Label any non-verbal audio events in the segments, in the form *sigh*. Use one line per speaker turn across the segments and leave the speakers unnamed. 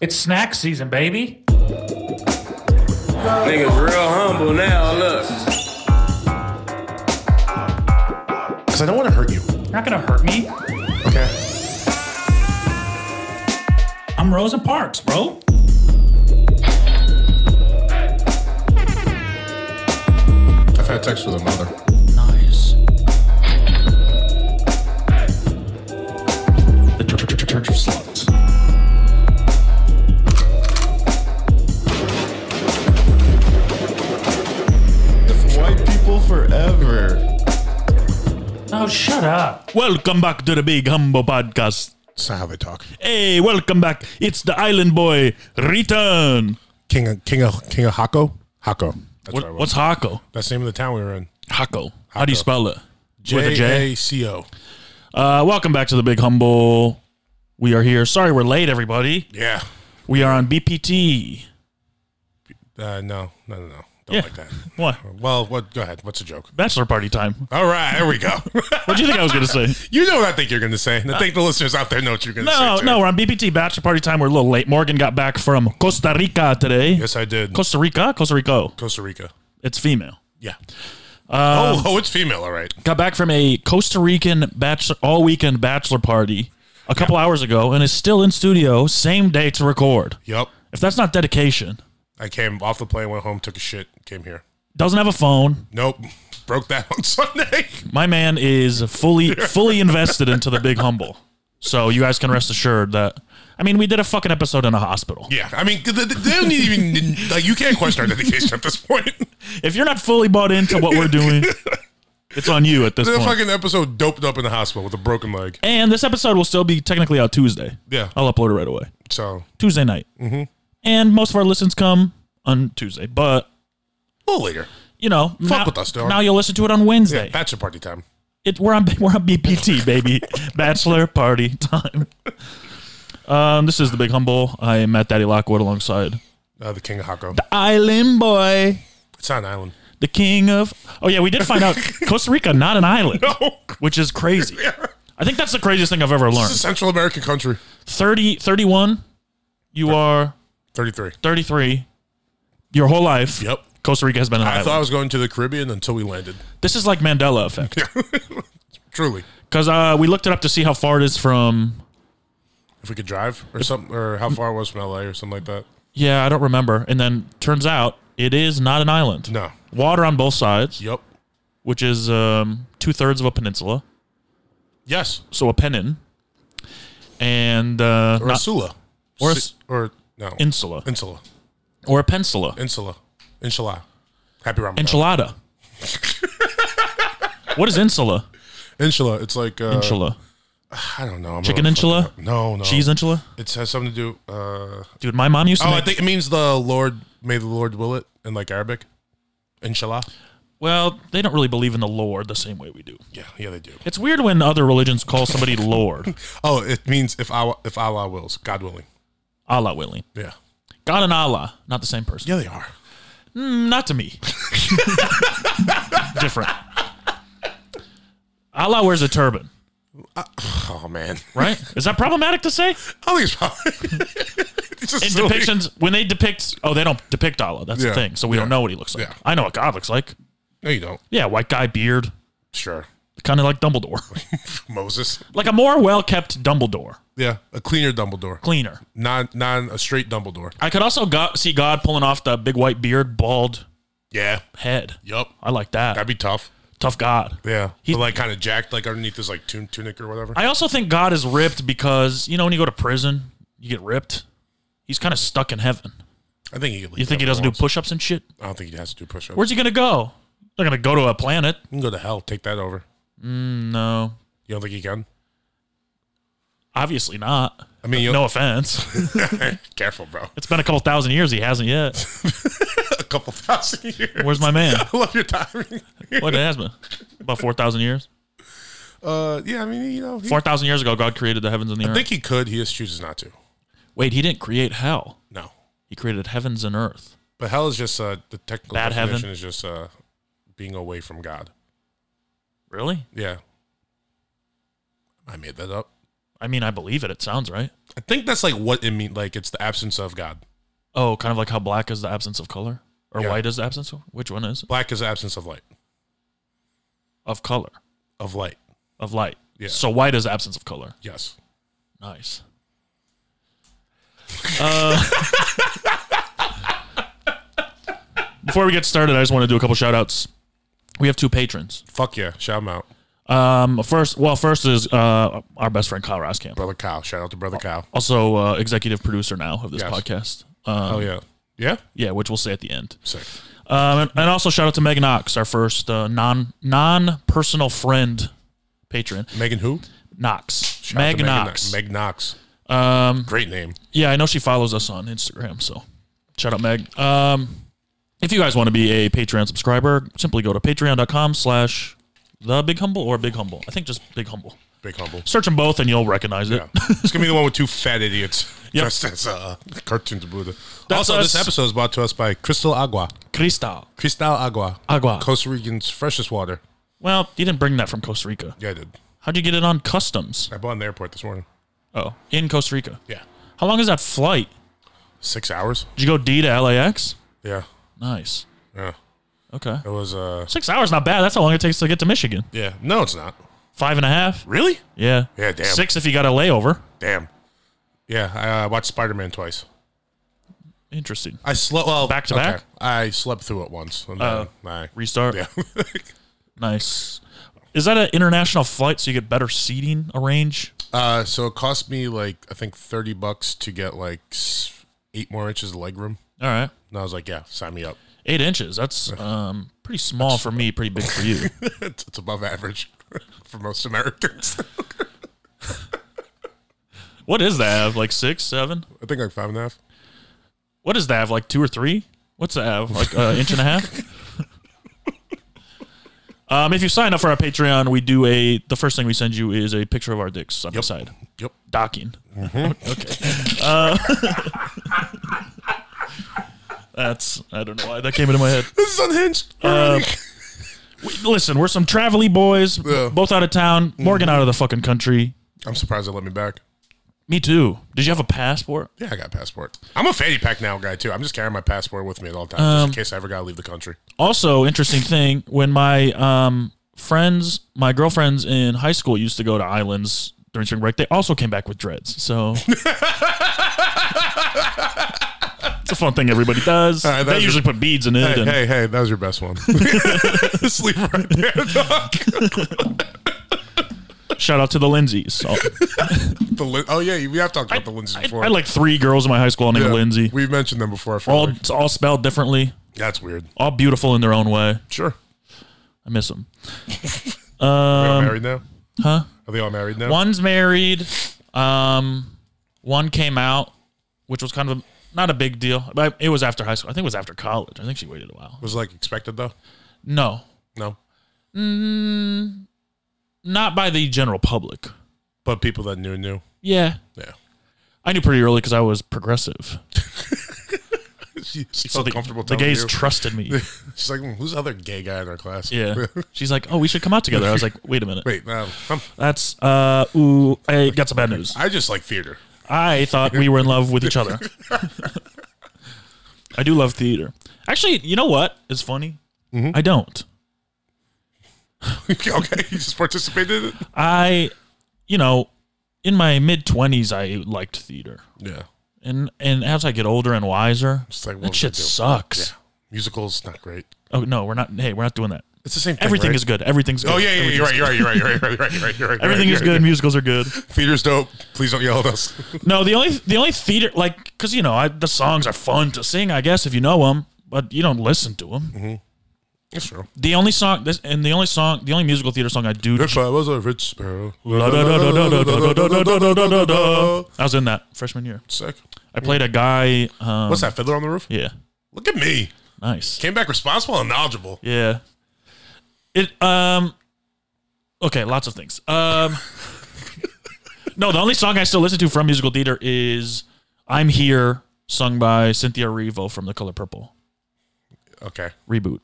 It's snack season, baby.
Niggas real humble now, look.
Because I don't want to hurt you.
Not gonna hurt me.
Okay.
I'm Rosa Parks, bro.
I've had sex with a mother.
Nice. The Church, church, church of Sluts.
White people forever.
Oh, shut up.
Welcome back to the Big Humble Podcast.
That's not how they talk.
Hey, welcome back. It's the Island Boy return.
King of King of King of Hako. Hako. That's
What,
I was.
what's Hako?
That's the name of the town we were in.
Hako. How do you
Hako.
spell it? With a
J
J.
A C O.
Uh, welcome back to the Big Humble. We are here. Sorry we're late, everybody.
Yeah.
We are on BPT.
Uh, no, no, no, no. Don't
Yeah.
like that.
What?
Well, what? Go ahead. What's the joke?
Bachelor party time.
All right, there we go. *laughs*
What do you think I was going to say?
you know what I think you're going to say. and I think the listeners out there know what you're going to
No,
say. too.
no, we're on BPT Bachelor Party Time. We're a little late. Morgan got back from Costa Rica today.
Yes, I did.
Costa Rica? Costa Rica.
Costa Rica.
It's female.
Yeah. oh, oh, it's female. All right.
Got back from a Costa Rican bachelor, all weekend bachelor party a couple hours ago and is still in studio same day to record.
Yep.
If that's not dedication,
I came off the plane, went home, took a shit, came here.
doesn't have a phone.
Nope. Broke that *laughs* on Sunday.
My man is
*laughs*
fully fully invested into the big humble. So you guys can rest assured that I mean we did a fucking episode in a hospital.
yeah. I mean, th- th- they don't even,
*laughs*
like, you can't question our dedication at this point.
If you're not fully bought into what
*laughs*
we're doing, it's on you at this
The
point.
fucking episode doped up in the hospital with a broken leg.
And this episode will still be technically out Tuesday.
Yeah.
I'll upload it right away.
So,
Tuesday night. Mm-hmm. And most of our listens come on Tuesday. But,
a little later.
you know, fuck
with us, dog.
Now you'll listen to it on
Yeah.
Wednesday.
Bachelor party time.
it, we're, on, we're on BPT, *laughs* baby. Bachelor party time. Um, this is The Big Humble. I am Matt Daddy Lockwood alongside
Uh, the King of Hako.
Island Boy,
It's not an island.
the king of. Oh, yeah, we did find
*laughs*
out Costa Rica, not an island,
No.
which
*laughs*
is crazy. I think that's the craziest thing I've ever
It's a
learned.
Central American country.
30, 31, you are.
33.
33 your whole life.
Yep.
Costa Rica has been an
I
island.
thought I was going to the Caribbean until we landed.
this is like Mandela effect
Truly.
because uh, we looked it up to see how far it is from.
If we could drive or something, or how far it was from LA or something like that.
Yeah, I don't remember. And then turns out it is not an island.
No.
Water on both sides,
Yep.
which is um, two thirds of a peninsula,
Yes.
so a penin, and uh,
Or a
not-
Sula.
or a
Si-
s-
or no.
insula
Insula.
or a peninsula.
Insula. Inshallah. Happy Ramadan. *laughs*
Enchilada. what is insula?
Inshallah. It's like uh,
Insula.
I don't know. I'm
Chicken
gonna fuck
inshallah?
it up. No, no.
Cheese insula?
It has something to do. Uh, oh,
Dude, my mom used to
I
make-
think it means the Lord. May the Lord will it in like Arabic. Inshallah.
Well, they don't really believe in the Lord the same way we do.
Yeah, yeah, they do.
It's weird when other religions
*laughs*
call somebody Lord,
Oh, it means if Allah, if Allah wills, God willing.
Allah willing.
Yeah.
God and Allah, not the same person.
Yeah, they are.
Mm, Not to me. *laughs* Different. Allah wears a turban,
Oh man. *laughs*
right? Is that problematic to say?
I think it's probably. *laughs* it's just
In
silly.
depictions, when they depict, oh, they don't depict Allah. That's
Yeah.
the thing. So we don't know what he looks like.
Yeah.
I know what God looks like.
No, you don't.
Yeah, white guy, beard,
Sure.
kind of like Dumbledore.
Moses.
like a more well kept Dumbledore,
Yeah, a cleaner Dumbledore,
cleaner.
not not a straight Dumbledore.
I could also go- see God pulling off the big white beard, bald
Yeah.
head.
Yup.
I like that.
That'd be tough.
Tough God.
Yeah.
He-
but like kind of jacked, like underneath his like tun- tunic or whatever.
I also think God is ripped because you know when you go to prison, you get ripped. He's kind of stuck in heaven.
I think he. could
You
leak
think he
up
doesn't do
once.
push-ups and shit?
I don't think he has to do push-ups.
Where's he gonna go? They're gonna go to a planet.
He can go to hell. Take that over.
No,
You don't think he can?
obviously not.
I mean, you Eh, *laughs*
No offense.
careful,
*laughs*
bro.
It's been a couple thousand years. He hasn't yet.
A couple thousand years.
Where's my man?
*laughs* I love your timing.
What it has been? About four thousand years.
Uh, yeah. I mean, you know, he,
Four thousand years ago, God created the heavens and the
I
earth.
think he could. He just chooses not to.
Wait, he didn't create hell.
No.
He created heavens and earth.
But hell is just uh, the technical
Bad
definition
heaven.
is just uh, being away from God.
Really?
Yeah. I made that up.
I mean, I believe it. It sounds right.
I think that's like what it means. Like it's the absence of God.
Oh, kind of like how black is the absence of color, or
Yeah.
white is the absence of which one is it?
Black is the absence of light.
of color
Of light.
of light.
Yeah.
So white is the absence of color.
Yes.
*laughs* Nice. Uh, before we get started, I just want to do a couple shout outs. We have two patrons.
Fuck yeah. Shout him out.
Um, first, well, first is uh, our best friend Kyle Roskamp,
Brother Kyle. Shout out to
Oh.
Brother Kyle.
also uh, executive producer now of this
Yes.
podcast. Um,
Oh yeah. Yeah?
yeah, which we'll say at the end.
Sick.
Um, and, and also shout out to Megan Knox, our first uh, non non personal friend patron.
Megan who?
Knox,
Shout out
Meg
to
Knox.
Meg Knox. Um great name.
Yeah, I know she follows us on Instagram, so shout out Meg. Um, if you guys want to be a Patreon subscriber, simply go to patreon.com slash the big humble or big humble. I think just big humble.
Big humble.
Search them both and you'll recognize it.
Yeah.
*laughs*
it's gonna be the one with two fat idiots
Yep.
dressed as uh, cartoons of Buddha.
That's
also, this
us.
episode is brought to us by Crystal Agua.
Cristal.
Cristal Agua.
Agua.
Costa Rican's freshest water.
Well, you didn't bring that from Costa Rica.
Yeah, I did.
How'd you get it on customs?
I bought it in the airport this morning.
Oh, in Costa Rica.
Yeah.
How long is that flight?
Six hours.
Did you go D to LAX?
Yeah.
Nice.
Yeah.
Okay.
It was uh
Six hours, not bad. That's how long it takes to get to Michigan.
Yeah. No, it's not.
Five and a half.
Really?
Yeah.
Yeah, damn.
Six if you got a layover.
Damn. Yeah, I uh, watched Spider Man twice.
Interesting.
I slept well
Back to back? Oh.
I slept through it once. And then I,
Restart.
yeah. *laughs*
Nice. Is that an international flight so you get better seating arrange?
uh, so it cost me like I think thirty bucks to get like s- eight more inches of leg room,
All right.
and I was like, yeah, sign me up. *laughs*
Eight inches. *laughs* That's um, pretty small for me, pretty big for *laughs* you.
it's, it's above average *laughs* for most Americans. *laughs*
What is the Av? Like six, seven?
I think like five and a half.
What is the Av? Like two or three? What's the Av? Like an inch and a half? *laughs* um, if you sign up for our Patreon, we do a. The first thing we send you is a picture of our dicks on the side.
Yep.
Docking. Mm-hmm. *laughs* okay. Uh, *laughs* that's. I don't know why that came into my head.
This is unhinged.
Uh, listen, we're some travel boys, b-
Yeah. Mm-hmm.
both out of town. Morgan out of the fucking country.
*laughs* I'm surprised they let me back.
Me too. Did you have a passport?
Yeah, I got a passport. I'm a fanny pack now guy too. I'm just carrying my passport with me at all times just
Um,
in case I ever gotta leave the country.
Also, interesting thing when my um, friends, my girlfriends in high school used to go to islands during spring break. They also came back with dreads.
*laughs*
So it's a fun thing everybody does.
right,
they
that's-
usually put beads in it.
Hey,
and
hey, hey, that was your best one. *laughs* Just leave it right there, *laughs* dog.
Shout out to the
*laughs*
Lindsays. So-
The Lin- oh yeah, we have talked about the lenses
I,
before.
I had like three girls in my high school named
Yeah,
Lindsay.
We've mentioned them before. I feel
all
like.
it's all spelled differently,
That's weird.
all beautiful in their own way.
Sure.
I miss them.
Are they
Um,
all married now? Huh? Are they all married now?
One's married. Um, one came out, which was kind of a, not a big deal. But it was after high school. I think it was after college. I think she waited a while.
was like expected though.
No,
No,
not by the general public.
but people that knew knew.
Yeah,
Yeah.
I knew pretty early because I was progressive.
She, she
So
felt
the,
comfortable.
the
telling
gays
you. *laughs*
trusted me.
She's like, "Hmm, who's the other gay guy in our class?
Yeah, she's like, "Oh, we should come out together." I was like, "Wait a minute,
*laughs* Wait, no, I'm,
that's uh, ooh, I got some bad news.
I just like theater.
I thought we were in love with each other. *laughs* I do love theater. Actually, you know what is funny?
Mm-hmm.
I don't.
*laughs* okay, you just participated. in it?
I, you know, in my mid twenties, I liked theater,
Yeah.
and and as I get older and wiser,
It's like, what
that
was
shit
I doing?
sucks.
Yeah. Musicals not great.
Oh no, we're not. Hey, we're not doing that.
It's the same. thing,
Everything
right?
is good. Everything's good.
Oh yeah, yeah, yeah,
Everything's
you're right,
good.
you're right, you're right, you're right, you're right, you're right, you're right.
Everything
you're
is
right, you're
good.
right.
Musicals
*laughs*
are good.
Theater's dope. Please don't yell at us. *laughs*
No, the only the only theater like because you know I, the songs are fun to sing, I guess if you know them, but you don't listen to them.
Mm-hmm. That's true.
The only song this and the only song the only musical theater song I do.
If I was a rich sparrow.
I was in that freshman year.
Sick.
I played a guy. Um,
What's that fiddler on the roof?
Yeah,
Look at me.
nice.
Came back responsible and knowledgeable.
Yeah. It um okay, lots of things. Um *laughs* No, the only song I still listen to from musical theater is I'm Here sung by Cynthia Revo from The Color Purple
Okay.
reboot.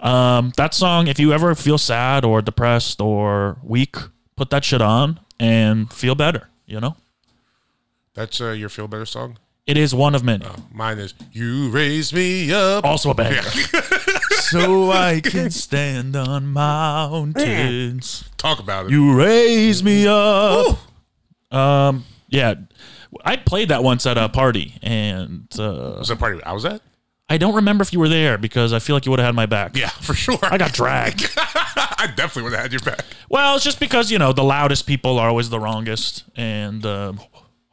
Um that song if you ever feel sad or depressed or weak, put that shit on and feel better. You know,
That's uh, your feel better song.
it is one of many.
Mine is "You Raise Me Up."
Also a banger. *laughs* so I *laughs* can stand on mountains.
Talk about it.
You raise me up. Um, yeah, I played that once at a party, and uh,
was that party I was at?
I don't remember if you were there because I feel like you would have had my back.
Yeah, *laughs* for sure.
I got dragged.
I definitely would have had your back.
Well, it's just because you know the loudest people are always the wrongest, and um,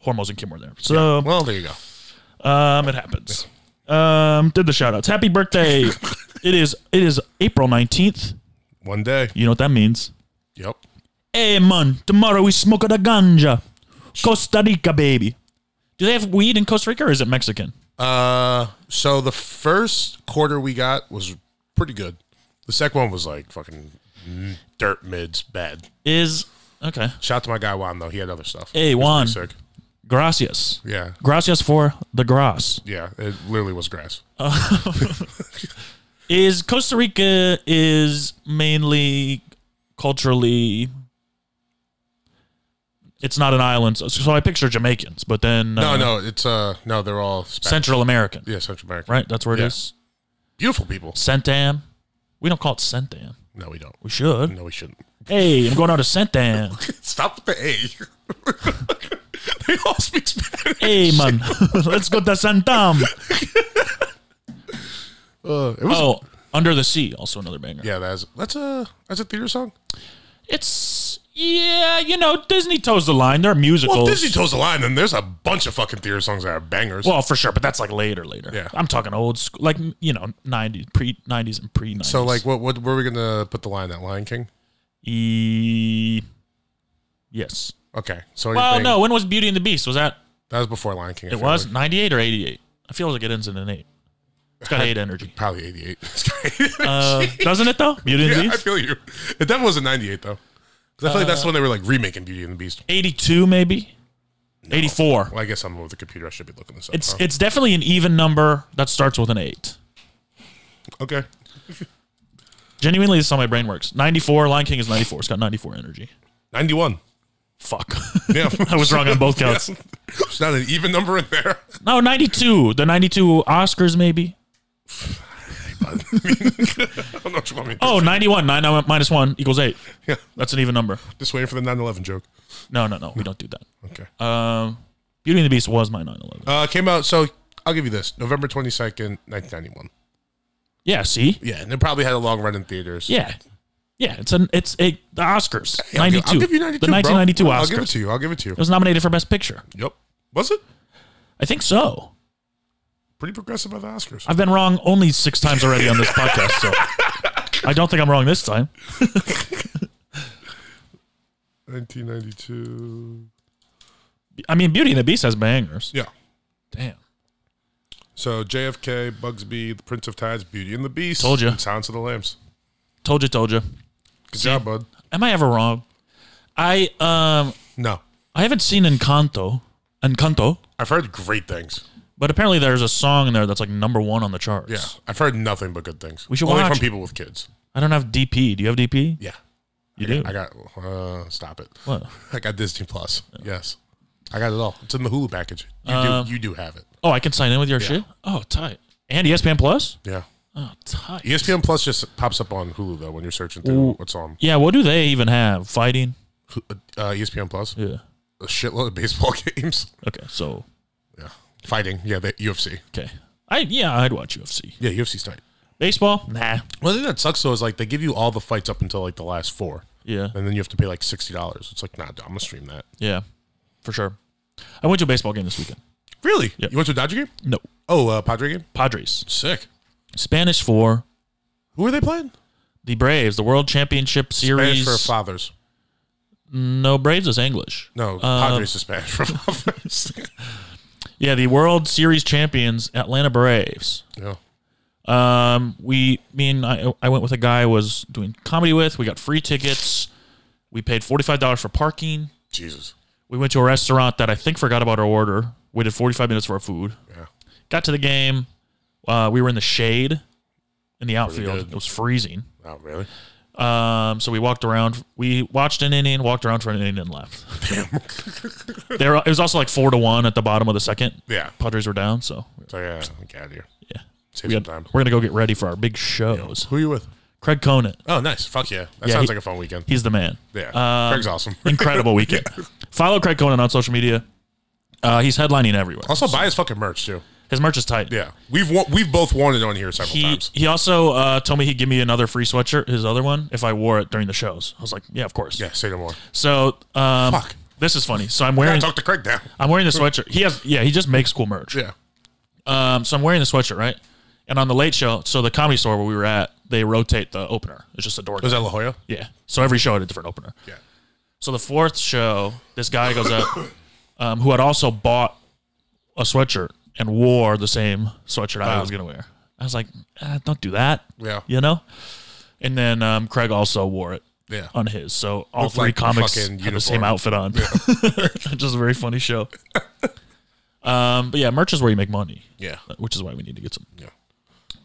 Hormoz and Kim were there, so
Well, there you go.
um, it happens. Um, did the shout outs. Happy birthday! it is it is April nineteenth.
One day.
You know what that means?
Yep.
Hey man, tomorrow we smoke the ganja, Costa Rica baby. Do they have weed in Costa Rica or is it Mexican?
Uh, so the first quarter we got was pretty good. The second one was like fucking mm, dirt mids bad.
Is okay.
Shout out to my guy Juan though. He had other stuff.
Hey,
He
Juan.
was pretty sick.
Gracias.
Yeah,
Gracias for the grass.
yeah. It literally was grass.
Is Costa Rica is mainly culturally. It's not an island, so, so I picture Jamaicans, but then
No,
uh,
no. It's uh, no. They're all Spanish.
Central American,
Yeah, Central America.
right? That's where it
Yeah.
is.
Beautiful people.
Centam. We don't call it Centam.
No, we don't.
We should.
No, we shouldn't. *laughs*
Hey, I'm going out to Centam.
Stop with the A. *laughs* they all speak Spanish.
hey
*laughs*
man, let's go to Santam.
Uh, it was.
*laughs* Oh, Under the Sea, also another banger.
Yeah, that's that's a that's a theater song.
It's yeah, you know, Disney toes the line. There are musicals.
Well, if Disney toes the line, then there's a bunch of fucking theater songs that are bangers.
Well, for sure, but that's like later, later.
Yeah.
I'm talking old school, like you know, nineties, pre nineties, and pre nineties.
so like, what what were we gonna put the line at Lion King?
e- yes.
Okay, so
Well,
anything-
no. When was Beauty and the Beast? Was that
that was before Lion King. I
it?
feel
Was
like.
ninety eight or eighty eight? I feel like it ends in an eight.
*laughs*
It's got eight energy,
probably *laughs* '88. *laughs*
uh, doesn't it? Though Beauty and the
yeah, I
Beast,
feel you. It definitely wasn't '98 though, 'Cause I feel like that's when they were like remaking Beauty and the Beast.
eighty two maybe, eighty four.
Well, I guess I'm with the computer. I should be looking this up.
It's
huh?
it's definitely an even number that starts with an eight.
okay.
Genuinely, this is how my brain works. 94, Lion King is 94. It's got 94 energy.
Ninety-one. *laughs*
Fuck.
Yeah,
*laughs* I was wrong on both counts.
*laughs* Yeah. It's not an even number in there. *laughs*
No, 92. The 92 Oscars, maybe.
I mean, I don't know what you want me to do.
Oh, 91. 9 mi- minus 1 equals 8.
Yeah.
That's an even number.
*laughs* Just waiting for the 9/11 joke.
No, no, no. We don't do that.
Okay.
Um, Beauty and the Beast was my 9 11.
Uh, came out. So I'll give you this: November twenty second, nineteen ninety one.
Yeah, see?
Yeah, and it probably had a long run in theaters.
Yeah. Yeah, it's an it's a the Oscars.
I'll give-
92.
I'll give you ninety two.
The 1992
bro.
Oscars.
I'll give it to you. I'll give it to you.
It was nominated for Best Picture.
Yep. Was it
I think so.
pretty progressive by the Oscars?
I've been wrong only six times
*laughs*
already on this podcast, so I don't think I'm wrong this time.
Nineteen ninety two.
I mean, Beauty and the Beast has bangers.
Yeah.
Damn.
So JFK, Bugsby, The Prince of Tides, Beauty and the Beast,
Told ya.
and Silence of the Lambs.
Told you, told you.
Good job, bud.
Am I ever wrong? I um
No,
I haven't seen Encanto, Encanto,
I've heard great things.
but apparently there's a song in there that's like number one on the charts.
Yeah, I've heard nothing but good things.
We should
Only
watch
from
it.
people with kids.
I don't have DP. Do you have DP?
Yeah,
You do.
I got. Uh, stop it.
What?
I got Disney Plus. Yes, I got it all. It's in the Hulu package. You do. You do have it.
Oh, I can sign in with your shit. Oh, tight. And ESPN Plus.
Yeah.
Oh, tight.
ESPN Plus just pops up on Hulu though when you're searching through what's on
Yeah. What do they even have? Fighting.
uh, ESPN Plus.
Yeah.
A shitload of baseball *laughs* games.
Okay. So
Yeah. Fighting. Yeah. The UFC.
okay. I yeah I'd watch UFC.
Yeah. UFC's tight.
Baseball. Nah.
One thing that sucks though is like they give you all the fights up until like the last four,
Yeah.
and then you have to pay like sixty dollars. It's like nah, dude, I'm gonna stream that.
Yeah. For sure. I went to a baseball game this weekend.
Really?
Yep.
You went to a Dodger game?
No.
Oh, uh, Padre game.
Padres.
Sick.
Spanish for
Who are they playing?
the Braves, the World Championship
Spanish
Series.
for fathers.
no, Braves is English. Um,
No, Padres is Spanish for *laughs* fathers.
Yeah, the World Series champions, Atlanta Braves.
yeah.
Um, we, me and I, I went with a guy I was doing comedy with. We got free tickets. We paid forty five dollars for parking.
Jesus.
We went to a restaurant that I think forgot about our order. Waited forty five minutes for our food.
Yeah.
Got to the game. Uh, we were in the shade in the outfield.
good.
It was freezing.
Oh, really?
Um, so we walked around. We watched an inning, walked around for an inning, and left.
*laughs*
there, it was also like four to one at the bottom of the second.
Yeah.
putters were down, so
So yeah, get out of here.
yeah.
Save
We
some
had,
time.
we're gonna go get ready for our big shows.
Who are you with?
Craig Conant,
Oh, nice. Fuck yeah. That
Yeah,
sounds
he-
like a fun weekend.
he's the man.
Yeah. *laughs*
Um,
Craig's awesome.
incredible weekend. Follow Craig Conan on social media. Uh, he's headlining everywhere.
*laughs* Also, buy his fucking merch too.
His merch is tight.
Yeah, we've wa- we've both worn it on here several
He
times.
he also uh, told me he'd give me another free sweatshirt, his other one, if I wore it during the shows. I was like, yeah, of course.
Yeah, say no more.
So um,
Fuck.
this is funny. So I'm
I
wearing
talk to Craig now.
I'm wearing the sweatshirt. He has yeah. He just makes cool merch.
Yeah,
Um, so I'm wearing the sweatshirt right, and on the late show, so the comedy store where we were at, they rotate the opener. It's just a door.
was that
guy.
La Jolla?
yeah. So every show had a different opener.
Yeah,
So the fourth show, this guy goes up, *coughs* um, who had also bought a sweatshirt and wore the same sweatshirt I was going to wear. I was like, eh, don't do that.
Yeah.
You know? And then um, Craig also wore it
yeah.
on his. So all
Looked
three
like the
comics had
fucking
the
uniform.
same outfit on. *laughs* Just a very
*laughs*
funny show. um, but yeah, merch is where you make money.
Yeah.
Which is why we need to get some.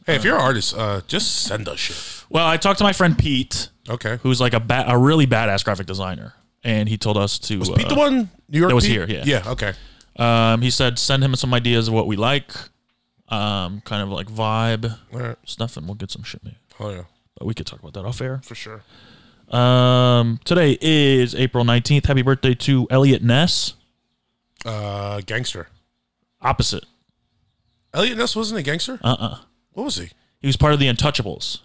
Hey, if you're an artist, uh, just send us shit.
Well, I talked to my friend Pete,
Okay.
who's like a ba- a really badass graphic designer, and he told us to.
Pete the one New York
uh, that was
Pete?
here, yeah.
Yeah. Okay.
Um, he said send him some ideas of what we like, um, kind of like vibe
All right.
stuff, and we'll get some shit made.
Oh yeah,
But we could talk about that off air.
for sure.
Um, today is April nineteenth. Happy birthday to Elliot Ness.
Uh, gangster.
Opposite.
Elliot Ness wasn't a gangster.
Uh uh
What was he?
He was part of the Untouchables.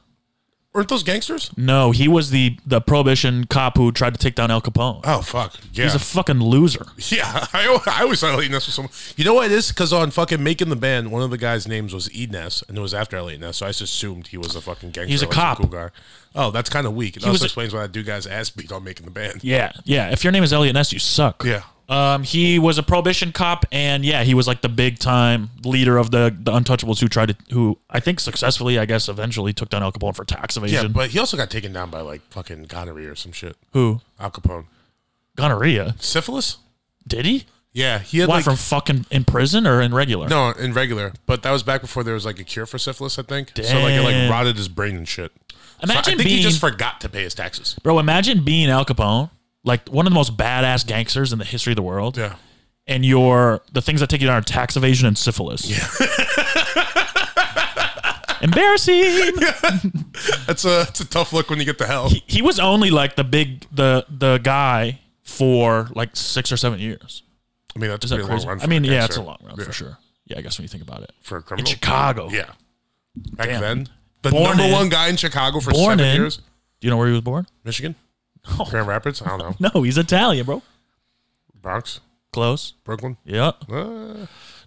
Weren't those gangsters?
No, he was the the prohibition cop who tried to take down Al Capone.
Oh fuck. Yeah.
He's a fucking loser.
*laughs* yeah. I, al- I always thought Elliot Ness was someone. You know what it is? Because on fucking making the band, one of the guys' names was E Ness, and it was after Elliot Ness, so I just assumed he was a fucking gangster.
He's a
like some
cop.
Cool guy. Oh, that's kind of weak. It
was
also
a-
explains why that dude guy's ass beat on making the band.
Yeah, yeah. If your name is Elliot Ness, you suck.
Yeah.
Um, he was a prohibition cop, and yeah, he was like the big time leader of the the Untouchables, who tried to, who I think successfully, I guess, eventually took down Al Capone for tax
Yeah,
evasion.
but he also got taken down by like fucking gonorrhea or some shit.
who
Al Capone.
gonorrhea?
Syphilis?
Did he?
Yeah, he had
Why
like
from fucking in prison or in regular?
no in regular, but that was back before there was like a cure for syphilis, I think. So like it
Damn.
like rotted his brain and shit. So I
Imagine
think
being
he just forgot to pay his taxes.
bro. Imagine being Al Capone, like one of the most badass gangsters in the history of the world,
Yeah,
and your the things that take you down are tax evasion and syphilis.
*laughs*
Embarrassing.
that's a it's a tough look when you get to hell.
he was only like the big the the guy for like six or seven years.
I mean, that's
Is
a
that
pretty long
crazy?
run.
I mean,
for a
yeah,
gangster.
it's a long run
Yeah,
for sure. Yeah, I guess when you think about it,
for a
in
criminal.
Chicago.
Yeah, back
Damn.
then, the
Born
number
in-
one guy in Chicago for
born
seven
in Oh.
years,
Do you know where he was born?
Michigan, Grand Rapids. I don't
*laughs*
know,
No, he's Italian, bro.
Bronx,
Close.
Brooklyn.
Yep.
Uh,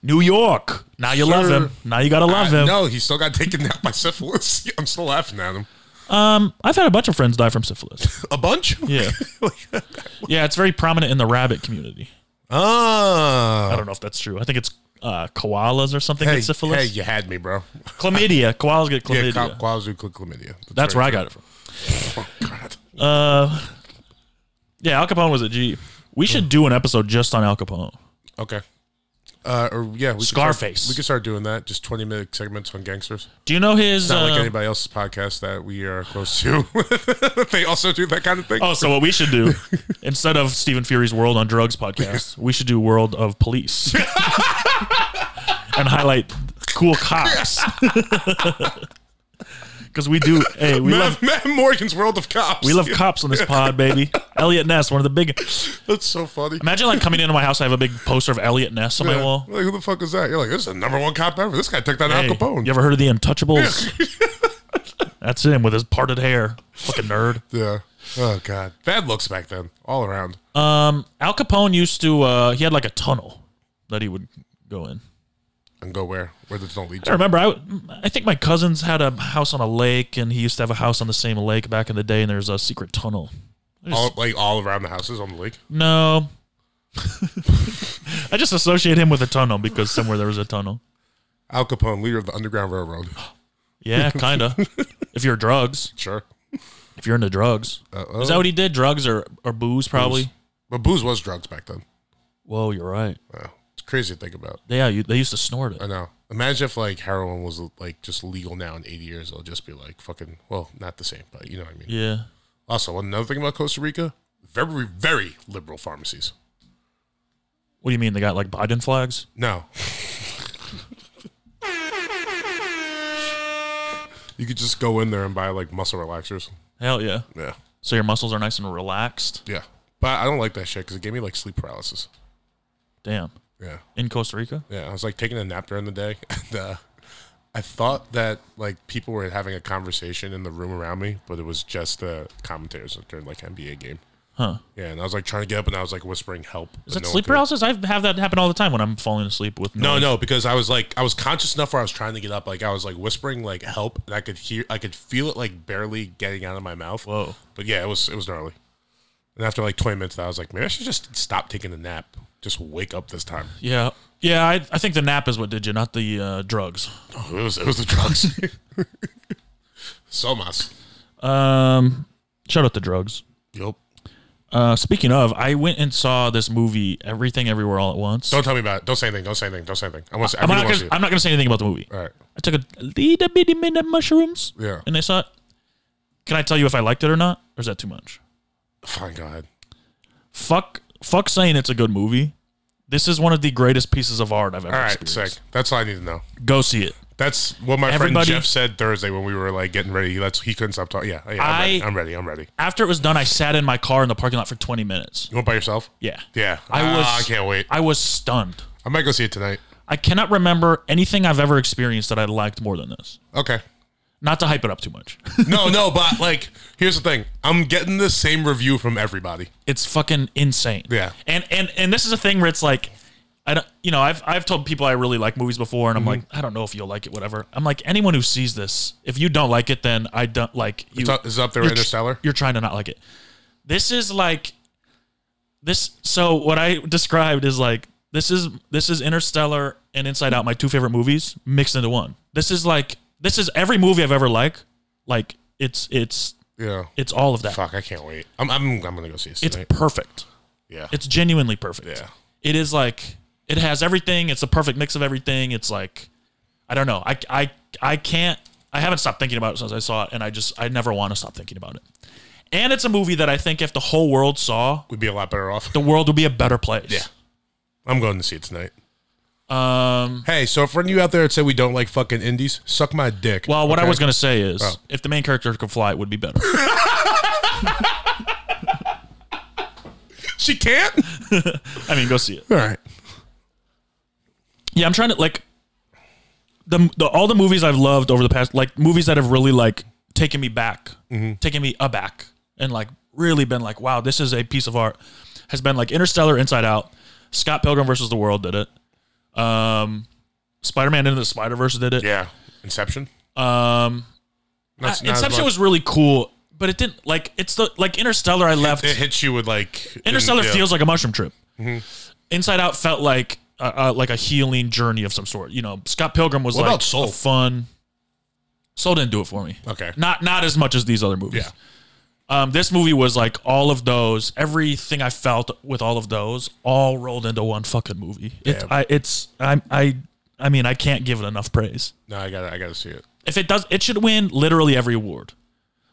New York. Now you love
Sir.
him. Now you gotta love
I-
him.
no, he still got taken down by *laughs* syphilis. I'm still laughing at him.
Um, I've had a bunch of friends die
*laughs*
from syphilis.
A bunch?
Yeah, yeah, it's very prominent in the rabbit community. I
Oh.
don't know if that's true. I think it's uh, koalas or something.
Hey,
get syphilis.
hey, you had me, bro.
Chlamydia. Koalas get
Yeah,
chlamydia.
co- Kwazu cl- chlamydia.
that's where I
right.
got it from.
*laughs* Oh, God.
Uh, yeah, Al Capone was a G. We should do an episode just on Al Capone.
Okay. Uh, or yeah, we could
Scarface.
Start, we could start doing that. Just twenty minute segments on gangsters.
Do you know his?
Not like
uh,
anybody else's podcast that we are close to. *laughs* they also do that kind of thing.
oh, so what we
*laughs*
should do instead of Stephen Fury's World on Drugs podcast, we should do World
*laughs*
of Police and highlight cool
*laughs*
cops. Because we do, hey, we
Matt,
love
Matt Morgan's World of Cops.
we love cops on this pod, baby. Elliot Ness, one of the big.
*laughs* That's so funny.
Imagine like coming into my house, I have a big poster of Elliot Ness on my
Yeah.
wall.
Like, who the fuck is that? You're like, this is the number one cop ever. This guy took that
Hey,
Al Capone.
You ever heard of the
*laughs*
Untouchables? That's him with his parted hair. Fucking nerd.
yeah. Oh god, bad looks back then, all around.
Um, Al Capone used to. Uh, he had like a tunnel that he would go in.
and go where where the tunnel leads.
I remember. I I think my cousins had a house on a lake, and he used to have a house on the same lake back in the day. And there's a secret tunnel.
All, like all around the houses on the lake.
No. *laughs* I just associate him with a tunnel because somewhere there was a tunnel.
Al Capone, leader of the Underground Railroad.
*gasps*
*laughs*
Yeah, kinda. if you're drugs,
Sure,
if you're into drugs, is that what he did? Drugs or or booze, probably.
but booze was drugs back then.
Whoa, you're right.
Wow. It's crazy to think about.
Yeah, you, they used to snort it.
I know. Imagine if like heroin was like just legal now in 80 years, it'll just be like fucking well, not the same, but you know what I mean.
Yeah.
Also, another thing about Costa Rica, very very liberal pharmacies.
What do you mean they got like Biden flags?
No. you could just go in there and buy like muscle relaxers.
Hell yeah.
Yeah.
So your muscles are nice and relaxed.
Yeah. But I don't like that shit because it gave me like sleep paralysis.
Damn.
Yeah.
In Costa Rica?
Yeah. I was like taking a nap during the day *laughs* and uh, I thought that like people were having a conversation in the room around me, but it was just the commentators during like NBA game.
Huh.
Yeah. And I was like trying to get up and I was like whispering help.
Is that sleep paralysis? I have that happen all the time when I'm falling asleep with
No,
noise.
no, because I was like, I was conscious enough where I was trying to get up. Like I was like whispering, like help, and I could hear, I could feel it, like barely getting out of my mouth.
Whoa.
But yeah, it was it was gnarly. And after like twenty minutes, I was like, maybe I should just stop taking a nap. Just wake up this time.
Yeah. Yeah, I, I think the nap is what did you, not the uh, drugs.
Oh, *laughs* it was it was the drugs. so much.
Um, shout out the drugs.
Yep.
Uh, speaking of, I went and saw this movie, Everything Everywhere All at Once.
Don't tell me about it. Don't say anything. Don't say anything. Don't say anything. I want to.
I'm not
everyone wants
gonna,
to.
I'm not gonna say anything about the movie.
All right.
I took a little bitty bit of mushrooms.
Yeah.
And I saw it. Can I tell you if I liked it or not? Or is that too much?
Fine. Go ahead.
Fuck fuck saying it's a good movie. This is one of the greatest pieces of art I've ever
All right.
experienced.
Sick. That's all I need to know.
Go see it.
That's what my
Everybody-
friend Jeff said Thursday when we were like getting ready. That's he couldn't stop talking. Yeah, yeah, I'm,
I-
ready. I'm ready. I'm ready.
After it was done, I sat in my car in the parking lot for 20 minutes.
You went by yourself?
Yeah.
Yeah.
I was
Ah, I can't wait. I,
I was stunned.
might go see it tonight.
I cannot remember anything I've ever experienced that I liked more than this.
Okay.
Not to hype it up too much. *laughs*
No, no, but like, here's the thing. I'm getting the same review from everybody.
it's fucking insane.
Yeah.
And and and this is a thing where it's like I don't you know, I've I've told people I really like movies before and I'm
Mm-hmm.
like, I don't know if you'll like it, whatever. I'm like, anyone who sees this, if you don't like it, then I don't like you
It's up, it's up there,
you're tr-
Interstellar.
You're trying to not like it. This is like this so what I described is like this is this is Interstellar and Inside Out, my two favorite movies, mixed into one. This is like this is every movie I've ever liked. Like it's it's
yeah.
it's all of that.
Fuck, I can't wait. I'm, I'm, I'm gonna go see it
It's
tonight.
perfect.
yeah.
It's genuinely perfect.
Yeah.
It is like it has everything. It's a perfect mix of everything. It's like I don't know. I I I can't I haven't stopped thinking about it since I saw it and I just I never want to stop thinking about it. And it's a movie that I think if the whole world saw,
We'd be a lot better off.
the world would be a better place.
Yeah. I'm going to see it tonight.
Um
Hey, so for any of you out there that said we don't like fucking indies, suck my dick.
well, what I
okay?
was going to say is
Oh.
if the main character could fly, it would be better.
She can't?
I mean, go see it.
All right.
Yeah, I'm trying to like the, the all the movies I've loved over the past, like movies that have really like taken me back,
Mm-hmm.
taken me aback, and like really been like, wow, this is a piece of art. Has been like Interstellar, Inside Out, Scott Pilgrim versus the World did it, um, Spider Man into the Spider Verse did it.
Yeah. Inception?
Um,
Not- not as
Inception
much.
was really cool, but it didn't like it's the like Interstellar. I left.
It hits you with like.
Interstellar
yeah.
feels like a mushroom trip.
Mm-hmm.
Inside Out felt like uh, uh, like a healing journey of some sort. You know, Scott Pilgrim was
What
like
about Soul?
a fun. Soul didn't do it for me.
Okay.
Not not as much as these other movies.
Yeah.
Um, this movie was like all of those, everything I felt with all of those, all rolled into one fucking movie. It,
Yeah.
I, it's I I I mean I can't give it enough praise
No, I gotta, I gotta see it.
if it does, it should win literally every award,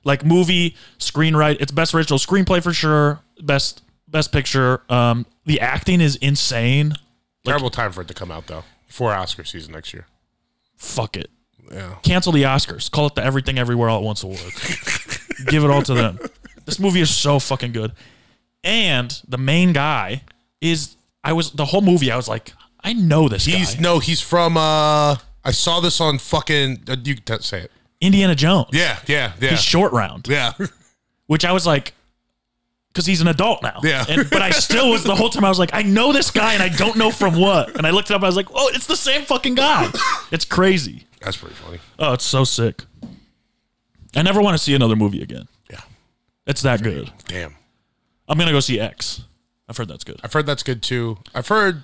like movie, screenwrite. It's best original screenplay for sure. Best best picture. Um, the acting is insane.
Terrible time for it to come out though. For Oscar season next year.
Fuck it.
Yeah.
Cancel the Oscars. Call it the Everything Everywhere All at Once award. *laughs* Give it all to them. This movie is so fucking good. And the main guy is. I was the whole movie. I was like, I know this
He's
guy.
no, he's from. uh I saw this on fucking. Uh, you can say it.
Indiana Jones.
Yeah, yeah, yeah,
He's short round.
*laughs* yeah.
which I was like, because he's an adult now.
Yeah.
And, but I still was the whole time I was like, I know this guy and I don't know from what. And I looked it up and I was like, oh, it's the same fucking guy. It's crazy.
That's pretty funny.
Oh, it's so sick. I never want to see another movie again.
Yeah.
It's that good.
Damn.
I'm gonna go see X. I've heard that's good.
I've heard that's good too. I've heard.